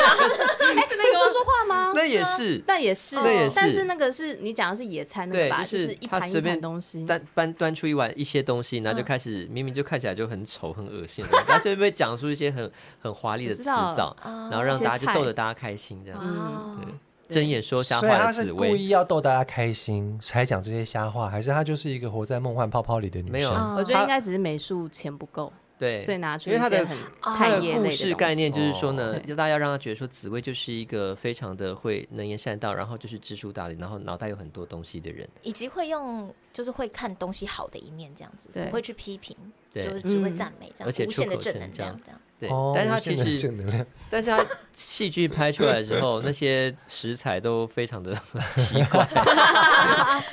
Speaker 5: 是说说话吗？
Speaker 1: 那也是，
Speaker 5: 但也是，
Speaker 1: 那也是
Speaker 5: 但是那个是你讲的是野餐那个
Speaker 1: 对
Speaker 5: 吧？
Speaker 1: 就是是
Speaker 5: 一
Speaker 1: 他
Speaker 5: 盘一
Speaker 1: 随便
Speaker 5: 盘东西。
Speaker 1: 端端端出一碗一些东西，然后
Speaker 5: 嗯
Speaker 1: 就开始、明明就看起来就很丑很恶心，然后就会讲出一些很很华丽的
Speaker 5: 我
Speaker 1: 词
Speaker 5: 知道
Speaker 1: 藻，
Speaker 3: 啊
Speaker 1: 然后让大家
Speaker 5: 一些
Speaker 1: 就
Speaker 5: 菜
Speaker 1: 逗得大家开心这样。
Speaker 3: 嗯，
Speaker 1: 睁眼说瞎
Speaker 4: 所
Speaker 1: 话
Speaker 4: 以他
Speaker 1: 的
Speaker 4: 是
Speaker 1: 紫
Speaker 4: 故
Speaker 1: 薇，
Speaker 4: 意要逗大家开心才讲这些瞎话，还是他就是一个活在梦幻泡泡里的女生？
Speaker 1: 没有
Speaker 5: 嗯
Speaker 1: 啊
Speaker 5: 我觉得
Speaker 1: 他
Speaker 5: 应该只是美术钱不够，
Speaker 1: 对，
Speaker 5: 所以拿出
Speaker 1: 因为
Speaker 5: 一
Speaker 1: 他
Speaker 5: 些
Speaker 1: 的
Speaker 5: 很
Speaker 3: 哦
Speaker 1: 它
Speaker 5: 菜
Speaker 1: 的
Speaker 5: 叶类
Speaker 1: 故
Speaker 5: 东
Speaker 1: 事
Speaker 5: 西
Speaker 1: 概念就是说呢
Speaker 5: 哦，
Speaker 1: 要大家让他觉得说紫薇就是一个非常的会能言善道，然后就是知书达理，然后脑袋有很多东西的人。
Speaker 3: 以及会用就是会看东西好的一面这样子，
Speaker 5: 对
Speaker 3: 不会去批评，就
Speaker 1: 对
Speaker 3: 是只会赞美这
Speaker 1: 而且
Speaker 3: 样，无限的
Speaker 1: 出口
Speaker 3: 正能
Speaker 1: 成
Speaker 3: 量
Speaker 1: 章
Speaker 3: 这样。
Speaker 1: 对，
Speaker 4: 哦
Speaker 1: 但是他
Speaker 4: 无限
Speaker 1: 其
Speaker 4: 的
Speaker 1: 实，
Speaker 4: 正能 量
Speaker 1: 但是他戏剧拍出来之后，那些食材都非常 的奇怪。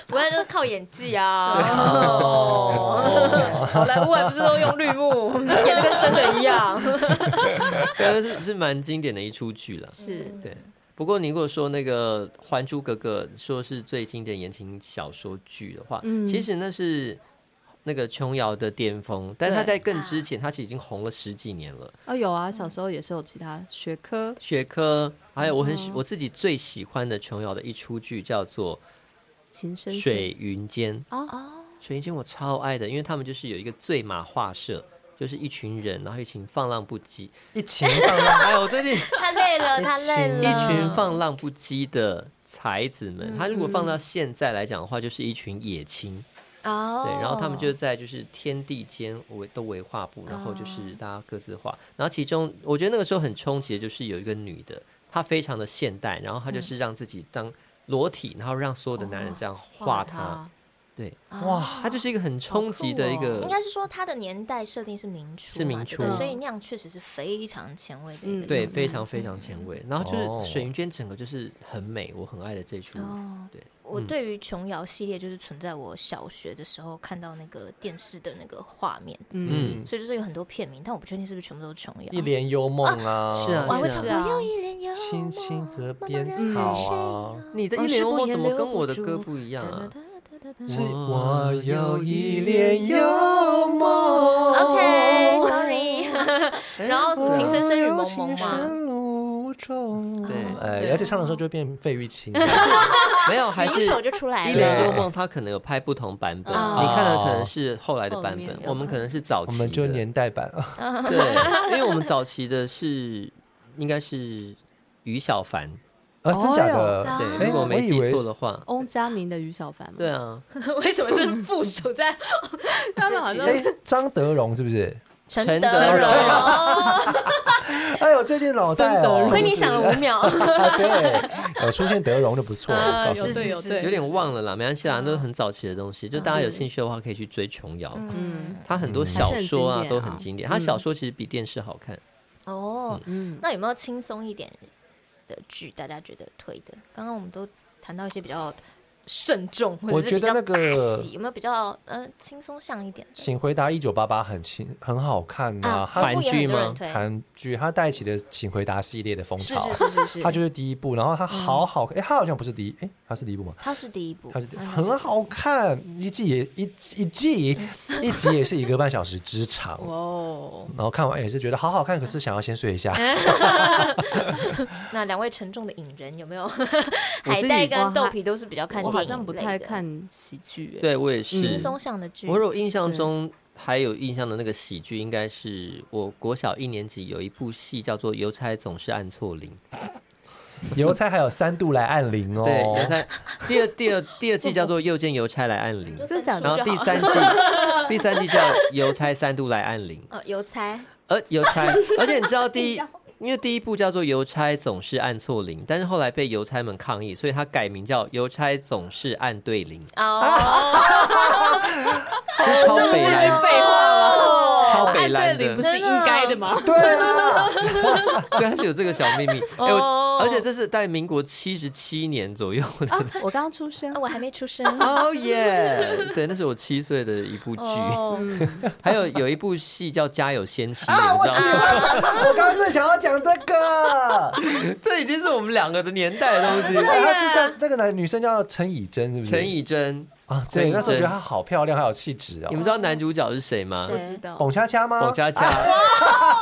Speaker 3: 不要就是靠演技啊！
Speaker 4: 哦
Speaker 3: 好莱坞还不是都用绿 幕，演的跟真的一样。
Speaker 1: 对，但是是蛮经典的一出剧了。
Speaker 3: 嗯
Speaker 5: 是
Speaker 1: 对，不过你如果说那个《还珠格格》说是最经典言情小说剧的话，
Speaker 5: 嗯
Speaker 1: 其实那是那个琼瑶的巅峰，但是他
Speaker 5: 对
Speaker 1: 在更之前，他其实已经红了十几年了。
Speaker 5: 哦，有啊，小时候也是有其他学科，
Speaker 1: 学科，还有我很喜、我自己最喜欢的琼瑶的一出剧叫做
Speaker 5: 琴声
Speaker 1: 《
Speaker 5: 是
Speaker 1: 水云间》。
Speaker 5: 哦，
Speaker 1: 水云间我超爱的，因为他们就是有一个醉马画社，就是一群人，然后一群放浪不羁。
Speaker 4: 一情放啊浪，
Speaker 1: 哎，我最近
Speaker 3: 他累了，他累了。
Speaker 1: 一群放浪不羁的才子们，他如果放到现在来讲的话，就是一群野青。
Speaker 3: 哦，
Speaker 1: 对，然后他们就在就是天地间为都为画布，然后
Speaker 3: 哦
Speaker 1: 就是大家各自画。然后其中我觉得那个时候很冲击的就是有一个女的，她非常的现代，然后她
Speaker 3: 嗯
Speaker 1: 就是让自己当裸体，然后让所有的男人
Speaker 3: 哦
Speaker 1: 这样画她。对，
Speaker 4: 哇，
Speaker 1: 她就是一个很冲击的一
Speaker 5: 好酷
Speaker 1: 个
Speaker 3: 哦应。该是说他的年代设定是明初嘛，
Speaker 1: 是明
Speaker 3: 对不对
Speaker 5: 初
Speaker 3: 所以那样确实是非常前卫的一个
Speaker 5: 嗯
Speaker 1: 对，
Speaker 3: 状态
Speaker 1: 非常非常
Speaker 3: 嗯
Speaker 1: 前卫。然后
Speaker 4: 哦
Speaker 1: 就是水云间整个就是很美，我很爱的这一出。
Speaker 3: 哦
Speaker 1: 对，
Speaker 3: 我对于琼瑶系列就是存在我小学的时候看到那个电视的那个画面，
Speaker 5: 嗯，
Speaker 1: 嗯，
Speaker 3: 所以就是有很多片名，但我不确定是不是全部都是琼瑶。
Speaker 4: 一帘幽梦啊，
Speaker 1: 是啊
Speaker 3: 我还会
Speaker 1: 是
Speaker 3: 唱
Speaker 1: 啊
Speaker 3: 过又一帘嗯幽梦，
Speaker 4: 青青河边
Speaker 3: 茫茫人海
Speaker 4: 草啊，
Speaker 1: 你的
Speaker 3: 往
Speaker 1: 一
Speaker 3: 事
Speaker 1: 帘幽
Speaker 3: 不
Speaker 1: 梦
Speaker 3: 言
Speaker 1: 怎么
Speaker 3: 留
Speaker 1: 跟
Speaker 3: 不
Speaker 1: 我的
Speaker 3: 住
Speaker 1: 歌不一样啊？
Speaker 4: 是
Speaker 1: 我
Speaker 4: 我
Speaker 1: 有
Speaker 4: 有
Speaker 1: 一
Speaker 4: 一
Speaker 1: 帘
Speaker 4: 帘
Speaker 1: 幽
Speaker 4: 幽
Speaker 1: 梦
Speaker 4: 梦。
Speaker 3: 哦 OK，Sorry，然后
Speaker 1: 哎
Speaker 3: 什么
Speaker 1: 啊
Speaker 3: 情深深雨蒙蒙嘛，
Speaker 4: 嘛。
Speaker 1: 对
Speaker 4: 哎，
Speaker 5: 对
Speaker 4: 而且唱的时候就变费玉清，
Speaker 1: 没有，还
Speaker 3: 一
Speaker 1: 是
Speaker 3: 首就出来
Speaker 1: 《一
Speaker 3: 了。
Speaker 1: 帘幽梦》它可能有拍不同版本，
Speaker 3: 哦
Speaker 1: 你看的可能是后来的版
Speaker 5: 后
Speaker 1: 本
Speaker 5: 面，
Speaker 1: 我们可能是早
Speaker 4: 我
Speaker 1: 期的，
Speaker 4: 们就年代版啊。
Speaker 1: 对，因为我们早期的是应该是于小 凡，
Speaker 4: 啊，真假
Speaker 5: 哦
Speaker 4: 的？
Speaker 1: 对，
Speaker 4: 哎
Speaker 1: 如果我没
Speaker 4: 我以
Speaker 1: 记
Speaker 4: 为
Speaker 1: 错
Speaker 4: 是
Speaker 1: 的话，
Speaker 5: 翁佳明的于小凡嘛，
Speaker 1: 对，啊，
Speaker 3: 为什么是附属在
Speaker 5: 他们好像
Speaker 4: 哎，张德荣是不是？
Speaker 3: 陈
Speaker 1: 陈
Speaker 3: 德
Speaker 1: 德
Speaker 3: 容？
Speaker 1: 容
Speaker 4: 哎呦，最近脑袋
Speaker 5: 真德
Speaker 4: 哦
Speaker 5: 荣，
Speaker 3: 亏你想了五 秒。
Speaker 4: 啊， 对，有出现德荣就不错，我告诉
Speaker 5: 有
Speaker 4: 你。
Speaker 5: 对有对，
Speaker 1: 啊有点忘了啦，没关系啦，都是很早期的东西，就大家有兴趣的话可以去追琼瑶。
Speaker 5: 嗯
Speaker 1: 他很多小说啊
Speaker 5: 还是
Speaker 1: 都
Speaker 5: 很经典啊
Speaker 1: 很经典，他小说其实比电视好看。
Speaker 3: 哦，
Speaker 5: 嗯，
Speaker 3: 那有没有轻松一点的剧？大家觉得推的？刚刚我们都谈到一些比较慎重，或
Speaker 4: 我
Speaker 3: 者是
Speaker 4: 觉
Speaker 3: 比较
Speaker 4: 得那
Speaker 3: 大
Speaker 4: 个
Speaker 3: 喜，有没有比较呃轻松向一点的
Speaker 4: 请回答一九八八很清很好看呐、
Speaker 3: 啊？
Speaker 4: 它
Speaker 1: 韩
Speaker 3: 部也
Speaker 1: 剧
Speaker 3: 很多
Speaker 1: 吗
Speaker 3: 人推，
Speaker 4: 韩剧它带起的《请回答》系列的风
Speaker 3: 是
Speaker 4: 潮，
Speaker 3: 是是是是，
Speaker 4: 它就是第一部，然后它好好，哎、它好像不是第一，哎，它是第一部吗？
Speaker 3: 它是第一
Speaker 1: 嗯
Speaker 3: 部，
Speaker 4: 它是第
Speaker 3: 它
Speaker 4: 很好看，一季也一一季一集也是一个半小时之长，
Speaker 5: 哦，
Speaker 4: 然后看完也是觉得好好看，可是想要先睡一下。
Speaker 3: 那两位沉重的影人有没 有
Speaker 1: 我
Speaker 3: 海
Speaker 1: 自己
Speaker 3: 带跟豆皮都是比较看
Speaker 5: 我
Speaker 3: 电影
Speaker 5: 好像不
Speaker 3: 类
Speaker 5: 太
Speaker 3: 的
Speaker 5: 看喜剧，哎，
Speaker 1: 对我也
Speaker 3: 轻
Speaker 1: 是，
Speaker 3: 松向的剧
Speaker 1: 我有印象中还有印象的那个喜剧，应该是我国小一年级有一部戏叫做《邮差总是按错铃》。
Speaker 4: 邮差还有三度来按铃哦，
Speaker 1: 对，邮差第二第二第二季叫做《又见邮差来按铃》，
Speaker 5: 真的假
Speaker 1: 然
Speaker 5: 的？
Speaker 1: 后第三季第三季叫《邮差三度来按铃》，
Speaker 3: 呃邮差
Speaker 1: 而邮 差，而且你知道第一。因为第一部叫做《邮差总是按错铃》，但是后来被邮差们抗议，所以他改名叫《邮差总是按对 铃》，
Speaker 4: 啊
Speaker 3: 哦，
Speaker 1: 是超北来
Speaker 5: 废话 了，
Speaker 1: 超北来
Speaker 5: 按对
Speaker 1: 的
Speaker 5: 你不，是应该的吗？
Speaker 4: 对啊，
Speaker 1: 所以他是有这个小秘 密。哎、
Speaker 5: 哦
Speaker 1: 我而且这是在民国七十七年左右的
Speaker 5: 我刚出生
Speaker 3: 啊，我还没 出生
Speaker 1: 哦耶！对，那是我七岁的一部剧，
Speaker 3: 哦，
Speaker 1: 还有有一部戏叫《家有仙 妻》，你知道吗？
Speaker 4: 我刚刚正想要讲这个，
Speaker 1: 这已经是我们两个的年代的东 西。
Speaker 4: 他是叫那个男女生叫陈以真，是不是？
Speaker 1: 陈以真，
Speaker 4: 啊，
Speaker 1: 陈
Speaker 4: 对，
Speaker 1: 以
Speaker 4: 那时候觉得
Speaker 1: 真
Speaker 4: 她好漂亮，还有气质
Speaker 1: 你
Speaker 4: 哦。
Speaker 1: 们知道男主角是谁吗？
Speaker 5: 不
Speaker 3: 谁
Speaker 5: 知
Speaker 1: 哦
Speaker 5: 道，
Speaker 4: 冯恰恰吗？
Speaker 1: 冯佳佳，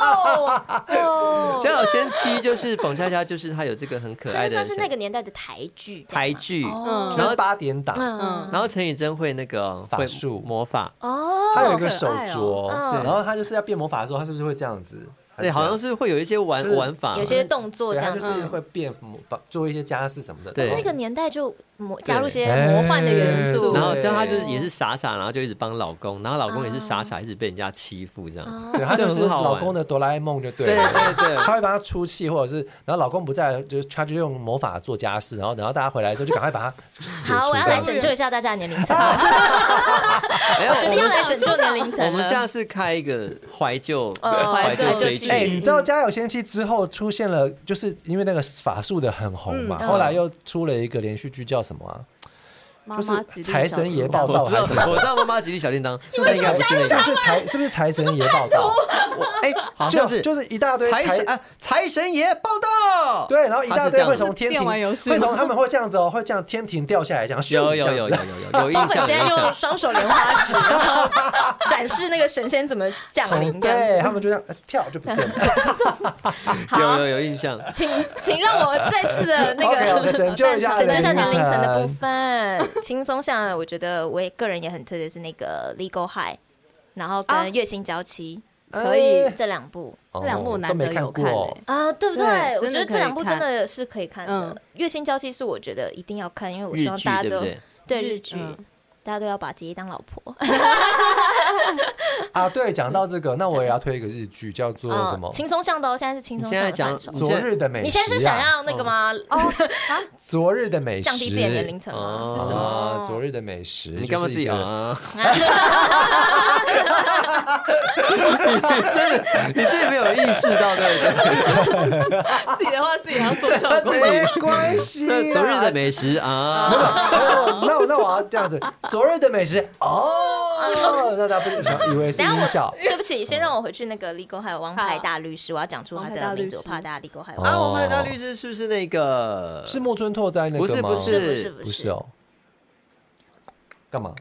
Speaker 3: 哦
Speaker 1: 家有仙妻就是冯佳佳，就是她有这个很可
Speaker 3: 所
Speaker 1: 爱
Speaker 3: 以
Speaker 1: 的
Speaker 3: 算是那
Speaker 1: 人
Speaker 3: 个哦年代的台剧这样
Speaker 1: 台
Speaker 3: 吗，
Speaker 1: 剧。
Speaker 5: 嗯
Speaker 1: 然
Speaker 4: 然
Speaker 1: 后
Speaker 4: 后八点档，
Speaker 3: 嗯
Speaker 1: 然后陈以真会那个
Speaker 4: 法
Speaker 1: 会
Speaker 4: 术
Speaker 1: 魔法，
Speaker 3: 哦，
Speaker 4: 他有一个手镯，
Speaker 3: 好可爱哦嗯
Speaker 4: 对然后他就是要变魔法的时候，他是不是会这样子？还是
Speaker 1: 好像
Speaker 4: 怎样
Speaker 1: 是会有一些玩
Speaker 4: 就是
Speaker 1: 玩法，
Speaker 3: 有些动作
Speaker 4: 对
Speaker 3: 这
Speaker 4: 他
Speaker 3: 样
Speaker 4: 啊就
Speaker 3: 子。
Speaker 4: 是
Speaker 3: 嗯
Speaker 4: 会变魔把做一些家事什么的。
Speaker 1: 对
Speaker 4: 然后
Speaker 3: 那个年代就魔加入一些
Speaker 4: 哎
Speaker 3: 魔幻的元素，
Speaker 1: 然后这样她就是也是傻傻，然后就一直帮老公，然后老公也是傻傻，一直被人家欺负这样。
Speaker 4: 对他
Speaker 1: 这
Speaker 4: 就
Speaker 1: 很
Speaker 4: 是
Speaker 1: 好玩
Speaker 4: 老公的哆啦 A 梦就对
Speaker 1: 对
Speaker 4: 了。
Speaker 1: 对 对，
Speaker 4: 他会帮他出气，或者是然后老公不在，就是他就用魔法做家事，然后等到大家回来之后就赶快把他解
Speaker 3: 好，
Speaker 4: 除
Speaker 3: 我要
Speaker 4: 这
Speaker 3: 来
Speaker 4: 样。
Speaker 3: 拯救一下大家的年龄层，
Speaker 1: 没有，
Speaker 3: 就
Speaker 1: 哎我
Speaker 3: 是要
Speaker 1: 们
Speaker 3: 来拯救年龄层了。
Speaker 1: 我们下次开一个怀旧
Speaker 3: 呃
Speaker 1: 怀
Speaker 5: 怀
Speaker 1: 旧
Speaker 5: 旧
Speaker 1: 追
Speaker 5: 系
Speaker 1: 剧
Speaker 5: 列，
Speaker 4: 哎、你
Speaker 1: 嗯
Speaker 4: 知道《家有仙妻》之后出现了，就是因为那个法术的很红嘛，
Speaker 5: 嗯
Speaker 4: 后来又出了一个连续剧叫什么啊？
Speaker 5: 妈
Speaker 4: 就
Speaker 5: 妈
Speaker 4: 是
Speaker 5: 吉利
Speaker 4: 财
Speaker 5: 小
Speaker 4: 神
Speaker 5: 猪
Speaker 4: 爷报道
Speaker 1: 我知
Speaker 4: 还
Speaker 1: 道
Speaker 4: 是什么？
Speaker 1: 我知道妈妈吉利小叮当，
Speaker 4: 是不
Speaker 1: 但
Speaker 4: 是
Speaker 1: 应该
Speaker 4: 财
Speaker 1: 不是那
Speaker 4: 是不
Speaker 1: 个，
Speaker 4: 是财是不是财神爷报道？
Speaker 1: 哎，好
Speaker 4: 就
Speaker 1: 像是
Speaker 4: 就是一大堆
Speaker 1: 财神啊，财神爷报道，
Speaker 4: 对，然后一大堆会从
Speaker 5: 他是这
Speaker 4: 天
Speaker 5: 样
Speaker 4: 庭，
Speaker 5: 电玩游戏
Speaker 4: 会从他们会这样子哦，会这样天庭掉下来这样，咻
Speaker 1: 有有
Speaker 4: 这
Speaker 1: 有有有
Speaker 4: 样子
Speaker 1: 有有印象，
Speaker 3: 包粉现在
Speaker 1: 有印
Speaker 3: 用
Speaker 1: 象
Speaker 3: 双手莲花指，然后展示那个神仙怎么降临
Speaker 4: 从
Speaker 3: 这
Speaker 1: 哦
Speaker 3: 样子。
Speaker 4: 对他们就这样呃跳就不见了。
Speaker 1: 有有有印象。
Speaker 3: 请请让我再次的那
Speaker 4: OK，OK，
Speaker 3: 个
Speaker 4: 拯救一下
Speaker 3: 拯救一下
Speaker 4: 人
Speaker 3: 年龄层的部
Speaker 4: 层
Speaker 3: 分，轻松下来，我觉得我也个人也很推的是那个《Legal High》，然后跟
Speaker 5: 啊
Speaker 3: 《月薪娇妻
Speaker 5: 可以》
Speaker 4: 哎
Speaker 3: 这两部
Speaker 5: 这两部
Speaker 4: 哦
Speaker 5: 我难
Speaker 4: 都没
Speaker 5: 得
Speaker 4: 看
Speaker 5: 有
Speaker 4: 过
Speaker 5: 看
Speaker 4: 哦
Speaker 5: 欸
Speaker 3: 啊，对不
Speaker 5: 对
Speaker 3: 对？我
Speaker 5: 真
Speaker 3: 觉得
Speaker 5: 的可
Speaker 3: 这
Speaker 5: 以
Speaker 3: 两部真
Speaker 5: 看
Speaker 3: 的是可以看的，
Speaker 5: 嗯
Speaker 3: 《月薪娇妻》是我觉得一定要看，因为我希
Speaker 1: 日
Speaker 3: 望
Speaker 1: 剧
Speaker 3: 大家
Speaker 1: 对不
Speaker 3: 都
Speaker 1: 对？
Speaker 3: 对日剧，
Speaker 5: 嗯
Speaker 3: 大家都要把姐姐当老婆。
Speaker 4: 啊。对，讲到这个，那我也要推一个日剧，叫做
Speaker 3: 啊
Speaker 4: 什么？
Speaker 3: 轻松向的哦，现在是轻
Speaker 1: 你
Speaker 3: 松
Speaker 1: 现在
Speaker 3: 向
Speaker 1: 讲
Speaker 3: 的范畴。
Speaker 1: 你
Speaker 4: 昨
Speaker 1: 现在
Speaker 4: 日的美食、啊。
Speaker 3: 你现在是想要
Speaker 1: 嗯
Speaker 3: 那个吗？哦，
Speaker 4: 昨日的美食？
Speaker 3: 降低自己的年龄层
Speaker 1: 哦
Speaker 3: 吗？是什
Speaker 4: 啊
Speaker 3: 么？，
Speaker 4: 昨日的美食，
Speaker 1: 你干嘛
Speaker 4: 就是
Speaker 1: 自
Speaker 4: 一
Speaker 1: 己
Speaker 4: 个
Speaker 1: 啊？你真的，你自己没有意识到，对不对？
Speaker 5: 自己的话自己还要 做效
Speaker 1: 他
Speaker 5: 果
Speaker 1: 自。
Speaker 4: 没
Speaker 1: 己
Speaker 4: 关系 啦。
Speaker 1: 这昨日的美食啊，
Speaker 4: 哦，那我那我要这样子，昨日的美食 哦，那他不以为是
Speaker 3: 等
Speaker 4: 音
Speaker 3: 一下
Speaker 4: 效
Speaker 3: 我，对不起，先让我回去那个《立功还有《王牌大律师》，我要讲出他的名字，我
Speaker 5: 王牌大律师
Speaker 3: 怕大家立功还有
Speaker 4: 哦
Speaker 1: 啊，我们大律师是不是那个？
Speaker 4: 是木村拓哉那
Speaker 1: 不是
Speaker 4: 个吗？
Speaker 1: 不
Speaker 3: 不是
Speaker 1: 是，
Speaker 3: 不
Speaker 4: 不
Speaker 3: 是
Speaker 4: 是哦，干嘛？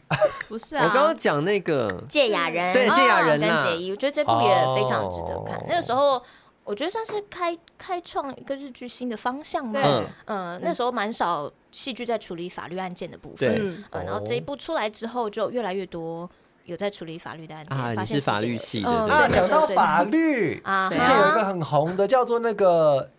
Speaker 5: 不是
Speaker 1: 我
Speaker 5: 啊，
Speaker 1: 刚刚讲那个
Speaker 3: 芥雅人，
Speaker 1: 对
Speaker 3: 啊
Speaker 1: 芥雅人
Speaker 3: 跟
Speaker 1: 啊
Speaker 3: 解衣，我觉得这部也非常值得看
Speaker 4: 哦。
Speaker 3: 那个时候。我觉得算是开开创一个日剧新的方向嘛，
Speaker 5: 对
Speaker 1: 嗯
Speaker 3: 嗯、那时候蛮少戏剧在处理法律案件的部
Speaker 1: 对哦
Speaker 3: 分，
Speaker 5: 嗯
Speaker 3: 呃，然后这一部出来之后，就越来越多有在处理法律的案件，
Speaker 1: 啊
Speaker 3: 发
Speaker 1: 你是
Speaker 3: 现
Speaker 1: 法
Speaker 3: 这个
Speaker 1: 律系的
Speaker 3: 嗯
Speaker 1: 对
Speaker 4: 啊，
Speaker 3: 对
Speaker 4: 讲到
Speaker 3: 对
Speaker 4: 法律
Speaker 3: 啊，
Speaker 4: 之前有一个很红的叫做那个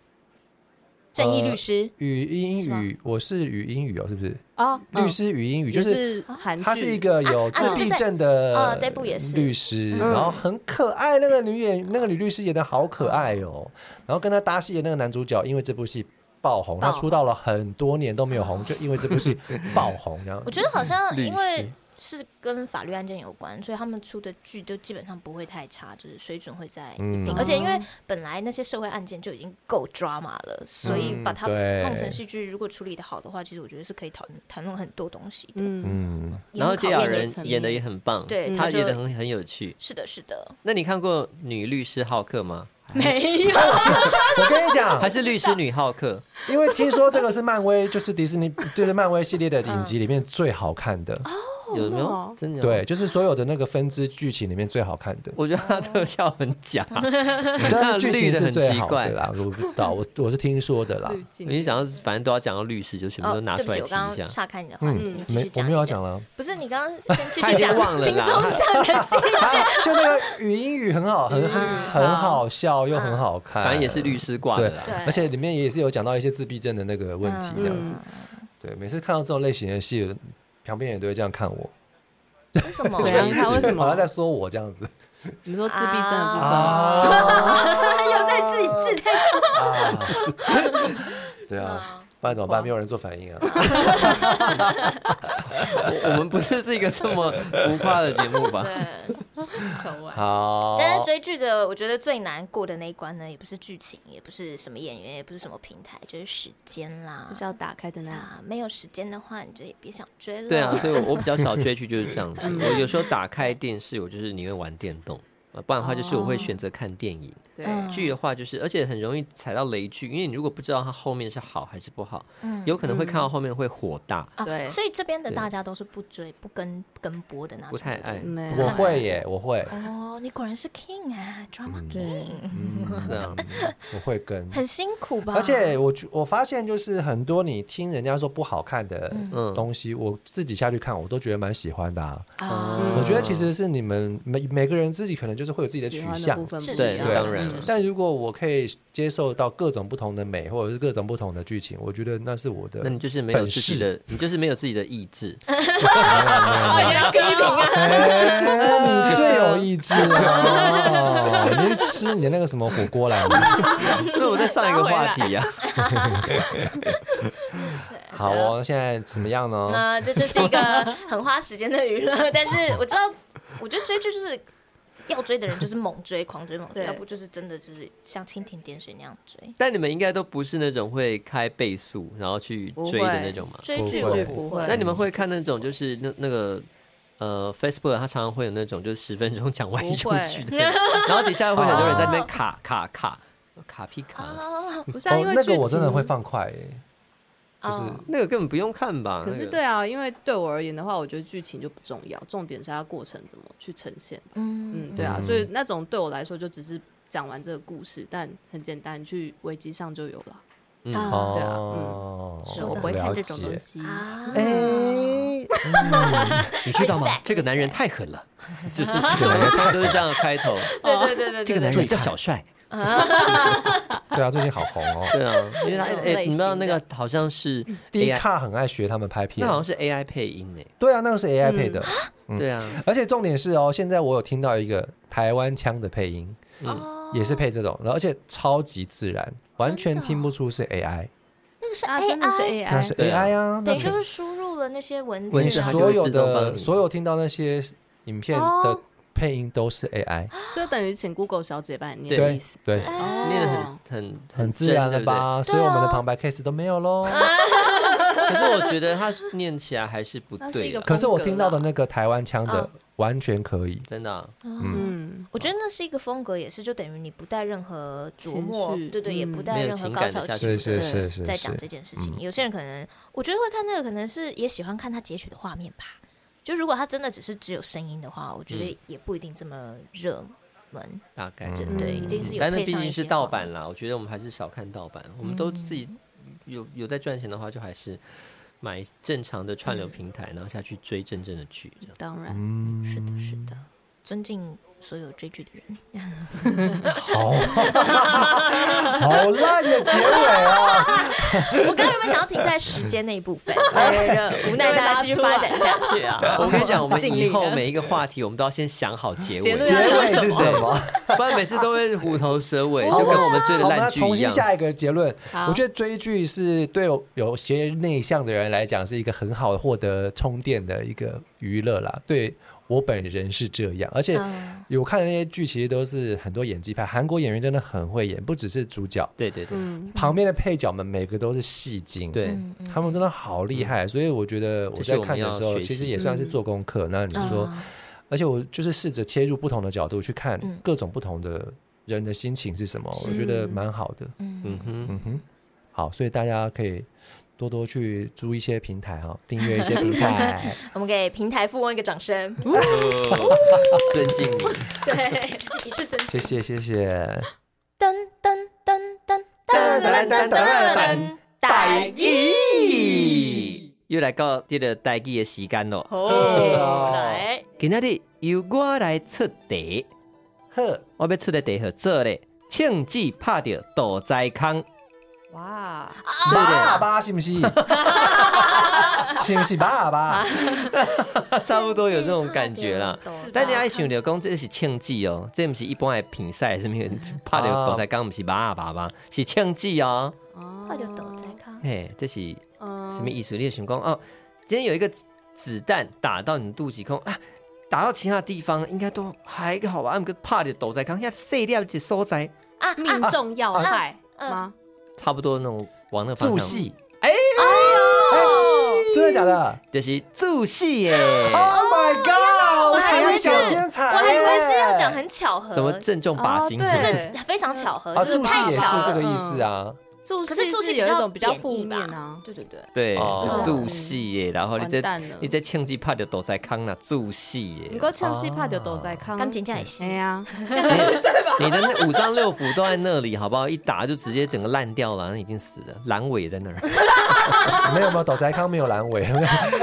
Speaker 3: 正义律师，
Speaker 4: 语音
Speaker 3: 是吗
Speaker 4: 语，我是语音语哦，是不是？
Speaker 5: 啊，嗯
Speaker 4: 律师语音语就
Speaker 5: 也
Speaker 4: 是。
Speaker 5: 是韩剧，
Speaker 4: 他是一个有自闭症的
Speaker 3: 啊对对对啊这部也是
Speaker 4: 律师，
Speaker 5: 嗯
Speaker 4: 然后很可爱，那个女演那个女律师演的好可爱哦。然后跟他搭戏的那个男主角，因为这部戏爆红，
Speaker 3: 爆
Speaker 4: 他
Speaker 3: 红
Speaker 4: 出道了很多年都没有红，就因为这部戏爆红。然后
Speaker 3: 我觉得好像
Speaker 1: 律
Speaker 3: 因为
Speaker 1: 师
Speaker 3: 是跟法律案件有关，所以他们出的剧都基本上不会太差，就是水准会在一定。
Speaker 4: 嗯
Speaker 3: 而且因为本来那些社会案件就已经够 drama 了，所以把它
Speaker 4: 对
Speaker 3: 弄成戏剧，如果处理的好的话，其实我觉得是可以讨论谈论很多东西的。
Speaker 5: 嗯，
Speaker 4: 嗯，
Speaker 3: 也
Speaker 1: 然后
Speaker 3: 很考
Speaker 1: 芥
Speaker 3: 验
Speaker 1: 雅
Speaker 3: 年
Speaker 1: 人
Speaker 3: 龄层
Speaker 1: 演的也很棒，
Speaker 3: 对
Speaker 1: 他
Speaker 3: 他就
Speaker 1: 演的很很有趣。
Speaker 3: 是的，是的，
Speaker 1: 那你看过女律师浩克吗？
Speaker 3: 没有
Speaker 4: 我跟你 讲
Speaker 1: 还，是
Speaker 3: 哦
Speaker 1: 律师女浩克？
Speaker 4: 因为听说这个是漫威，就是迪士尼，就是漫威系列的影集里面最好看的，
Speaker 1: 有没
Speaker 5: 真的
Speaker 1: 有
Speaker 5: 哦？
Speaker 1: 真的有
Speaker 4: 对，，就是所有的那个分支剧情里面最好看的。
Speaker 1: 我觉得他特效很 假，
Speaker 4: 但
Speaker 1: 那
Speaker 4: 是 剧
Speaker 1: 绿
Speaker 4: 情
Speaker 1: 的
Speaker 4: 是
Speaker 1: 很
Speaker 4: 最
Speaker 1: 奇
Speaker 4: 好
Speaker 1: 怪
Speaker 4: 的。啦，我不知道，我我是听说的啦。
Speaker 5: 滤
Speaker 1: 我就
Speaker 5: 镜
Speaker 1: 想到，反正都要讲到律师，就全部
Speaker 3: 哦，
Speaker 1: 都拿
Speaker 3: 对
Speaker 1: 出
Speaker 3: 不
Speaker 1: 来
Speaker 3: 起，我
Speaker 1: 提
Speaker 3: 刚
Speaker 1: 一
Speaker 3: 刚
Speaker 1: 下。
Speaker 3: 岔开你的话，
Speaker 4: 嗯
Speaker 3: 你，继
Speaker 4: 没
Speaker 3: 续，
Speaker 4: 我
Speaker 3: 讲。
Speaker 4: 没有要讲了。
Speaker 3: 不是你刚刚先继
Speaker 1: 他
Speaker 3: 续
Speaker 1: 已经
Speaker 3: 讲
Speaker 1: 忘了啦
Speaker 3: 轻松向的戏剧，
Speaker 4: 啊就那个语音语很好，
Speaker 3: 嗯
Speaker 4: 很很很好笑又很好看，
Speaker 1: 反正也是律师挂的
Speaker 4: 对
Speaker 1: 啦。，
Speaker 3: 对
Speaker 4: 而且里面也是有讲到一些自闭症的那个问题这样子
Speaker 5: 嗯。
Speaker 4: 对，每次看到这种类型的戏，旁边人都会这样看我，
Speaker 3: 为啊什 么？
Speaker 5: 怎样他为什么
Speaker 4: 好像在说我这样 子
Speaker 5: 你说自闭症的部分吗，
Speaker 4: 啊？
Speaker 3: 又在自己自恋
Speaker 4: 对啊，不然怎么办？没有人做反应啊。啊
Speaker 1: 我我们不是是一个这么浮夸的节目吧？
Speaker 3: 哦 对。啊
Speaker 5: 口味
Speaker 4: 好，
Speaker 3: 但是追剧的，我觉得最难过的那一关呢，也不是剧情，也不是什么演员，也不是什么平台，就是时间啦。
Speaker 5: 就是要打开的那
Speaker 3: 啊，没有时间的话，你就也别想追了。
Speaker 1: 对啊，所以我我比较少追剧就是这样子。
Speaker 3: 嗯
Speaker 1: 我有时候打开电视，我就是宁愿玩电动，呃不然的话就是我会选择看电影。
Speaker 5: 对，
Speaker 3: 嗯
Speaker 1: 剧的话就是，而且很容易踩到雷剧，因为你如果不知道它后面是好还是不好，
Speaker 3: 嗯
Speaker 1: 有可能会看到后面会火大，
Speaker 3: 啊
Speaker 5: 对
Speaker 3: 所以这边的
Speaker 1: 对
Speaker 3: 大家都是不追、不跟不跟播的那种。
Speaker 1: 不太爱。
Speaker 5: 没
Speaker 4: 我
Speaker 5: 有。
Speaker 4: 会耶，我 会，
Speaker 3: 哦，你果然是 king 啊，drama king，
Speaker 1: 对啊，
Speaker 4: 嗯我会跟。
Speaker 3: 很辛苦吧？
Speaker 4: 而且我觉我发现，就是很多你听人家说不好看的
Speaker 1: 嗯
Speaker 4: 东西，我自己下去看，我都觉得蛮喜欢的、啊。
Speaker 3: 啊，
Speaker 4: 我觉得其实是你们每每个人自己可能就是会有自己的取
Speaker 5: 嗯喜欢的
Speaker 4: 向
Speaker 5: 部。分不
Speaker 3: 是
Speaker 5: 一
Speaker 1: 对
Speaker 5: 样
Speaker 1: 当然
Speaker 5: 嗯
Speaker 1: 了
Speaker 4: 但如果我可以接受到各种不同的美，或者是各种不同的剧情，我觉得那是我的
Speaker 1: 那。你就是没有
Speaker 4: 本
Speaker 1: 自己的，你就是没有自己的意 志。
Speaker 3: 我觉得可以领啊，
Speaker 4: 哎，你最有意志了，哦你去吃你的那个什么火锅来吗？
Speaker 1: 那我在上一个话题啊呀、
Speaker 4: 好哦，现在怎么样呢？
Speaker 3: 那呃这就是一个很花时间的娱乐，但是我知道，我觉得追剧就是。要追的人就是猛追、狂追、猛追，
Speaker 5: 对
Speaker 3: 要不就是真的就是像蜻蜓点水那样追。
Speaker 1: 但你们应该都不是那种会开倍速然后去追的那种嘛？
Speaker 3: 追
Speaker 4: 不
Speaker 3: 剧
Speaker 4: 会
Speaker 3: 我也
Speaker 5: 不
Speaker 3: 不
Speaker 5: 会
Speaker 3: 会，
Speaker 1: 那你们会看那种就是那那个呃 Facebook，它常常会有那种就是十分钟讲完一出
Speaker 5: 不会
Speaker 1: 剧的，然后底下会很多人在那边卡卡卡卡屁卡，
Speaker 3: 哦，
Speaker 5: 不是啊，因
Speaker 4: 哦
Speaker 5: 为，
Speaker 4: 那
Speaker 5: 剧
Speaker 4: 个我真的
Speaker 5: 情
Speaker 4: 会放快耶，就是
Speaker 3: 哦
Speaker 1: 那个根本不用看吧？
Speaker 5: 可是
Speaker 1: 那个
Speaker 5: 对啊，因为对我而言的话，我觉得剧情就不重要，重点是它过程怎么去呈现。
Speaker 3: 嗯
Speaker 5: 嗯，对啊，
Speaker 4: 嗯
Speaker 5: 所以那种对我来说就只是讲完这个故事，但很简单，去维基上就有了。
Speaker 1: 嗯
Speaker 3: 啊
Speaker 5: 对啊
Speaker 4: 哦，
Speaker 3: 是的
Speaker 4: 我
Speaker 3: 我不会
Speaker 4: 了
Speaker 5: 看
Speaker 4: 解
Speaker 5: 这种东西。
Speaker 3: 啊
Speaker 4: 哎，嗯
Speaker 1: 你知道吗
Speaker 3: Respect，？
Speaker 1: 这个男人太狠 了，就是这个男人都是这样的开头。
Speaker 3: 对对对对，
Speaker 1: 这个男人叫小帅，
Speaker 4: 对啊，最近好红 哦，
Speaker 1: 对啊，因为他
Speaker 3: 这种
Speaker 1: 哎、
Speaker 3: 类
Speaker 1: 你知道
Speaker 3: 型
Speaker 1: 那
Speaker 3: 的
Speaker 1: 个好像是
Speaker 4: 第一
Speaker 1: AI，
Speaker 4: 卡很爱学他们拍片
Speaker 1: 那，好像是 AI 配音哎、
Speaker 4: 对啊，那个是 AI 配
Speaker 5: 嗯
Speaker 4: 的，
Speaker 1: 对啊，
Speaker 4: 而且重点是哦，现在我有听到一个台湾腔的配音，
Speaker 3: 哦
Speaker 4: 也是配这种，然后而且超级自然，完全听不出是 AI，
Speaker 3: 那个是
Speaker 5: 啊，真的是
Speaker 3: AI，
Speaker 4: 那
Speaker 5: AI，
Speaker 4: 是
Speaker 1: 对啊
Speaker 4: AI 啊，
Speaker 3: 等
Speaker 4: 那
Speaker 3: 于就
Speaker 4: 全
Speaker 3: 是输入了那些文字，
Speaker 1: 文
Speaker 4: 你
Speaker 1: 字它
Speaker 3: 然
Speaker 1: 就
Speaker 3: 后
Speaker 1: 会
Speaker 4: 所有
Speaker 1: 自动帮
Speaker 4: 的
Speaker 1: 你
Speaker 4: 所有听到那些影片
Speaker 3: 哦
Speaker 4: 的配音都是 AI，
Speaker 5: 就等于请 Google 小姐帮你念的意
Speaker 4: 对
Speaker 5: 思。
Speaker 4: 对，
Speaker 3: 哎
Speaker 1: 念的
Speaker 5: 哦，
Speaker 1: 很很
Speaker 4: 很自
Speaker 1: 真
Speaker 4: 然
Speaker 1: 对
Speaker 4: 了
Speaker 1: 不对？
Speaker 4: 吧？所以我们的
Speaker 3: 啊
Speaker 4: 旁白 case 都没有喽。
Speaker 3: 哦
Speaker 1: 可是我觉得他念起来还是不
Speaker 5: 那是一
Speaker 1: 对
Speaker 5: 个
Speaker 1: 啦，
Speaker 4: 可是我听到的那个台湾腔的
Speaker 3: 嗯
Speaker 4: 完全可以，
Speaker 1: 真的啊、
Speaker 5: 嗯，
Speaker 3: 我觉得那是一个风格，也是就等于你不带任何琢磨
Speaker 5: 情绪，
Speaker 3: 对对，
Speaker 5: 嗯
Speaker 3: 也不带任何高潮起
Speaker 1: 没有情
Speaker 4: 是
Speaker 1: 感
Speaker 4: 是
Speaker 3: 伏的
Speaker 5: 的下去
Speaker 4: 是是
Speaker 3: 在
Speaker 4: 是
Speaker 3: 讲，这件事情。有些人可能，我觉得会看这个，可能是也喜欢看他截取的画面吧。就如果他真的只是只有声音的话，我觉得也不一定这么热门，
Speaker 1: 大概
Speaker 4: 嗯
Speaker 1: 这
Speaker 3: 对
Speaker 1: 样。
Speaker 3: 对，一定是有
Speaker 1: 但那
Speaker 3: 配
Speaker 1: 毕
Speaker 3: 上
Speaker 1: 竟
Speaker 3: 一
Speaker 1: 是
Speaker 3: 些
Speaker 1: 盗
Speaker 3: 画
Speaker 1: 版
Speaker 3: 面。
Speaker 1: 啦，我觉得我们还是少看盗版，我们都自己有有在赚钱的话，就还是买正常的串流平台，然后下去追真正的剧，这样
Speaker 5: 当然，
Speaker 4: 嗯，
Speaker 3: 是的，是的，尊敬所有追剧的人。
Speaker 4: 好，好烂的结 尾啊！
Speaker 3: 我刚刚有没有想要停在时间那一部分？哎无奈大家继续发展下去啊。
Speaker 1: 我跟你讲，我们
Speaker 5: 尽力
Speaker 1: 以后
Speaker 5: 了
Speaker 1: 每一个话题，我们都要先想好结
Speaker 5: 结
Speaker 1: 尾，
Speaker 5: 论
Speaker 4: 结
Speaker 5: 要
Speaker 4: 尾是什么？
Speaker 1: 不然每次都会虎头蛇尾，就跟我们追的
Speaker 4: 好，我们
Speaker 1: 烂
Speaker 4: 要
Speaker 1: 剧
Speaker 4: 重
Speaker 1: 一
Speaker 4: 新
Speaker 1: 样。
Speaker 4: 下一个结论。
Speaker 5: 好
Speaker 4: 我觉得追剧是对有有些内向的人来讲是一个很好获得充电的一个娱乐啦。对我本人是这样，而且
Speaker 3: 嗯
Speaker 4: 有看的那些剧其实都是很多演技派，韩国演员真的很会演，不只是主角，
Speaker 1: 对对啊对，
Speaker 5: 嗯，
Speaker 4: 旁边的配角们每个都是戏精。
Speaker 1: 对嗯
Speaker 3: 嗯嗯
Speaker 4: 他们真的好厉害，所以我觉得我
Speaker 1: 这
Speaker 4: 在
Speaker 1: 是我们
Speaker 4: 看的
Speaker 1: 要
Speaker 4: 时候，
Speaker 1: 学习
Speaker 4: 其实也
Speaker 3: 嗯
Speaker 4: 算是做功课。那你说，
Speaker 3: 啊
Speaker 4: 而且我就是试着切入不同的角度去看
Speaker 3: 嗯
Speaker 4: 各种不同的人的心情是什么，我
Speaker 3: 是
Speaker 4: 觉得蛮好的。
Speaker 1: 嗯
Speaker 3: 嗯，
Speaker 1: 哼，
Speaker 4: 嗯哼，好，所以大家可以多多去租一些平台哈、订阅一些平 台。
Speaker 3: 我们给平台富翁一个掌声。
Speaker 1: 哦尊敬你。
Speaker 3: 对，你是尊
Speaker 4: 谢谢谢谢，
Speaker 3: 噔噔噔噔噔噔噔噔噔，大
Speaker 1: 咦，又来到这个台语的时间咯。
Speaker 3: 哦，来，
Speaker 1: 今仔日由我来出题，
Speaker 4: 呵，
Speaker 1: 我要出的题号做咧，庆忌拍着杜在康，
Speaker 5: 哇，
Speaker 1: 对不
Speaker 4: 爸
Speaker 3: 啊
Speaker 1: 对？
Speaker 4: 爸是不是？是不是爸 爸？
Speaker 1: 差不多有这种感觉啦。
Speaker 5: 是
Speaker 1: 但你爱想着讲，这是庆忌哦，这不是一般的比赛，是不 是？拍着杜在康不是爸爸爸，是庆忌哦。
Speaker 3: 快
Speaker 5: 那
Speaker 3: 点抖在看。
Speaker 1: 嘿，这是
Speaker 5: 嗯
Speaker 1: 什么意思？你就想讲哦，今天有一个子弹打到你的肚脐孔啊，打到其他地方应该都还好吧？啊，毋过拍着肚脐孔，遐细粒一所在，
Speaker 3: 啊
Speaker 5: 命中要害
Speaker 3: 啊
Speaker 5: 吗？
Speaker 1: 差不多那种往那个
Speaker 4: 助
Speaker 1: 方向，
Speaker 4: 戏？哎呦，真的假的
Speaker 1: 就是注戏 耶，
Speaker 4: ？Oh my god！
Speaker 3: 我还以为
Speaker 4: 们
Speaker 3: 是
Speaker 4: 小天才
Speaker 3: 我
Speaker 4: 耶，
Speaker 3: 还以为是要讲很巧合，
Speaker 1: 什么郑重靶心
Speaker 5: 哦
Speaker 1: 之类
Speaker 5: 对
Speaker 1: 的。
Speaker 3: 是非常巧合，
Speaker 4: 啊，
Speaker 3: 就是
Speaker 4: 助戏
Speaker 3: 太
Speaker 4: 也
Speaker 3: 巧
Speaker 4: 是
Speaker 3: 了。
Speaker 4: 这个意思啊。
Speaker 5: 注
Speaker 3: 可是
Speaker 5: 释
Speaker 3: 注
Speaker 5: 是
Speaker 3: 释
Speaker 5: 有一种
Speaker 3: 比
Speaker 5: 比
Speaker 3: 较
Speaker 5: 较负
Speaker 3: 贬义吧
Speaker 5: 面啊，对对对，
Speaker 1: 对，
Speaker 4: 哦
Speaker 1: 就是注戏耶，然后你
Speaker 5: 完
Speaker 1: 这
Speaker 5: 蛋了
Speaker 1: 你这庆忌拍着肚脐孔啦，注戏耶
Speaker 5: 不，过趁机怕就躲在康，
Speaker 3: 刚剪下来
Speaker 5: 哎
Speaker 3: 戏，
Speaker 5: 呀，
Speaker 1: 你的那五 脏六腑都在那里，好不好？一打就直接整个烂掉了，那已经死了，阑尾也在那儿。
Speaker 4: 嗯没有没有，斗宅康没有阑尾，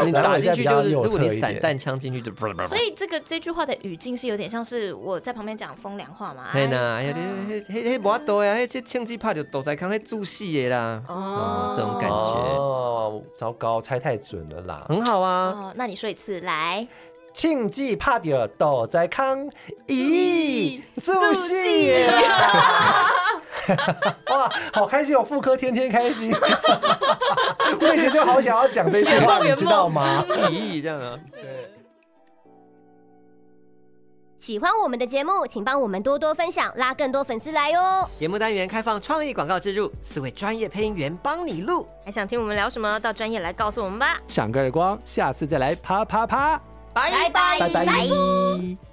Speaker 1: 你
Speaker 4: 阑
Speaker 1: 打
Speaker 4: 尾
Speaker 1: 进
Speaker 4: 在
Speaker 1: 去
Speaker 4: 比
Speaker 1: 就
Speaker 4: 较
Speaker 1: 是，
Speaker 4: 右
Speaker 1: 如果
Speaker 4: 侧
Speaker 1: 你
Speaker 4: 一
Speaker 1: 散
Speaker 4: 点。
Speaker 1: 弹枪进去就，
Speaker 3: 所以这个这句话的语境是有点像是我在旁边讲风凉话嘛。
Speaker 1: 嘿
Speaker 3: 哎
Speaker 1: 呐，哎呀，迄迄迄无法度呀，迄这枪击拍就斗宅康，迄注戏的啦，哦，这种感觉
Speaker 4: 哦，糟糕，猜太准了啦！
Speaker 1: 很好啊。
Speaker 3: 哦，那你说一次来，
Speaker 4: 庆忌怕掉斗宅康，咦，助戏耶！ 哇，好开心哦，妇科天天开 心。我以前就好想要讲这句话，你知道吗？
Speaker 1: 咦，这样啊，
Speaker 6: 喜欢我们的节目，请帮我们多多分享，拉更多粉丝来哦哟。
Speaker 1: 节目单元开放创意广告植入，四位专业配音员帮你录。
Speaker 3: 还想听我们聊什么？到专业来告诉我们吧。
Speaker 2: 赏个耳光，下次再来啪啪啪。
Speaker 6: 拜拜
Speaker 4: 拜拜。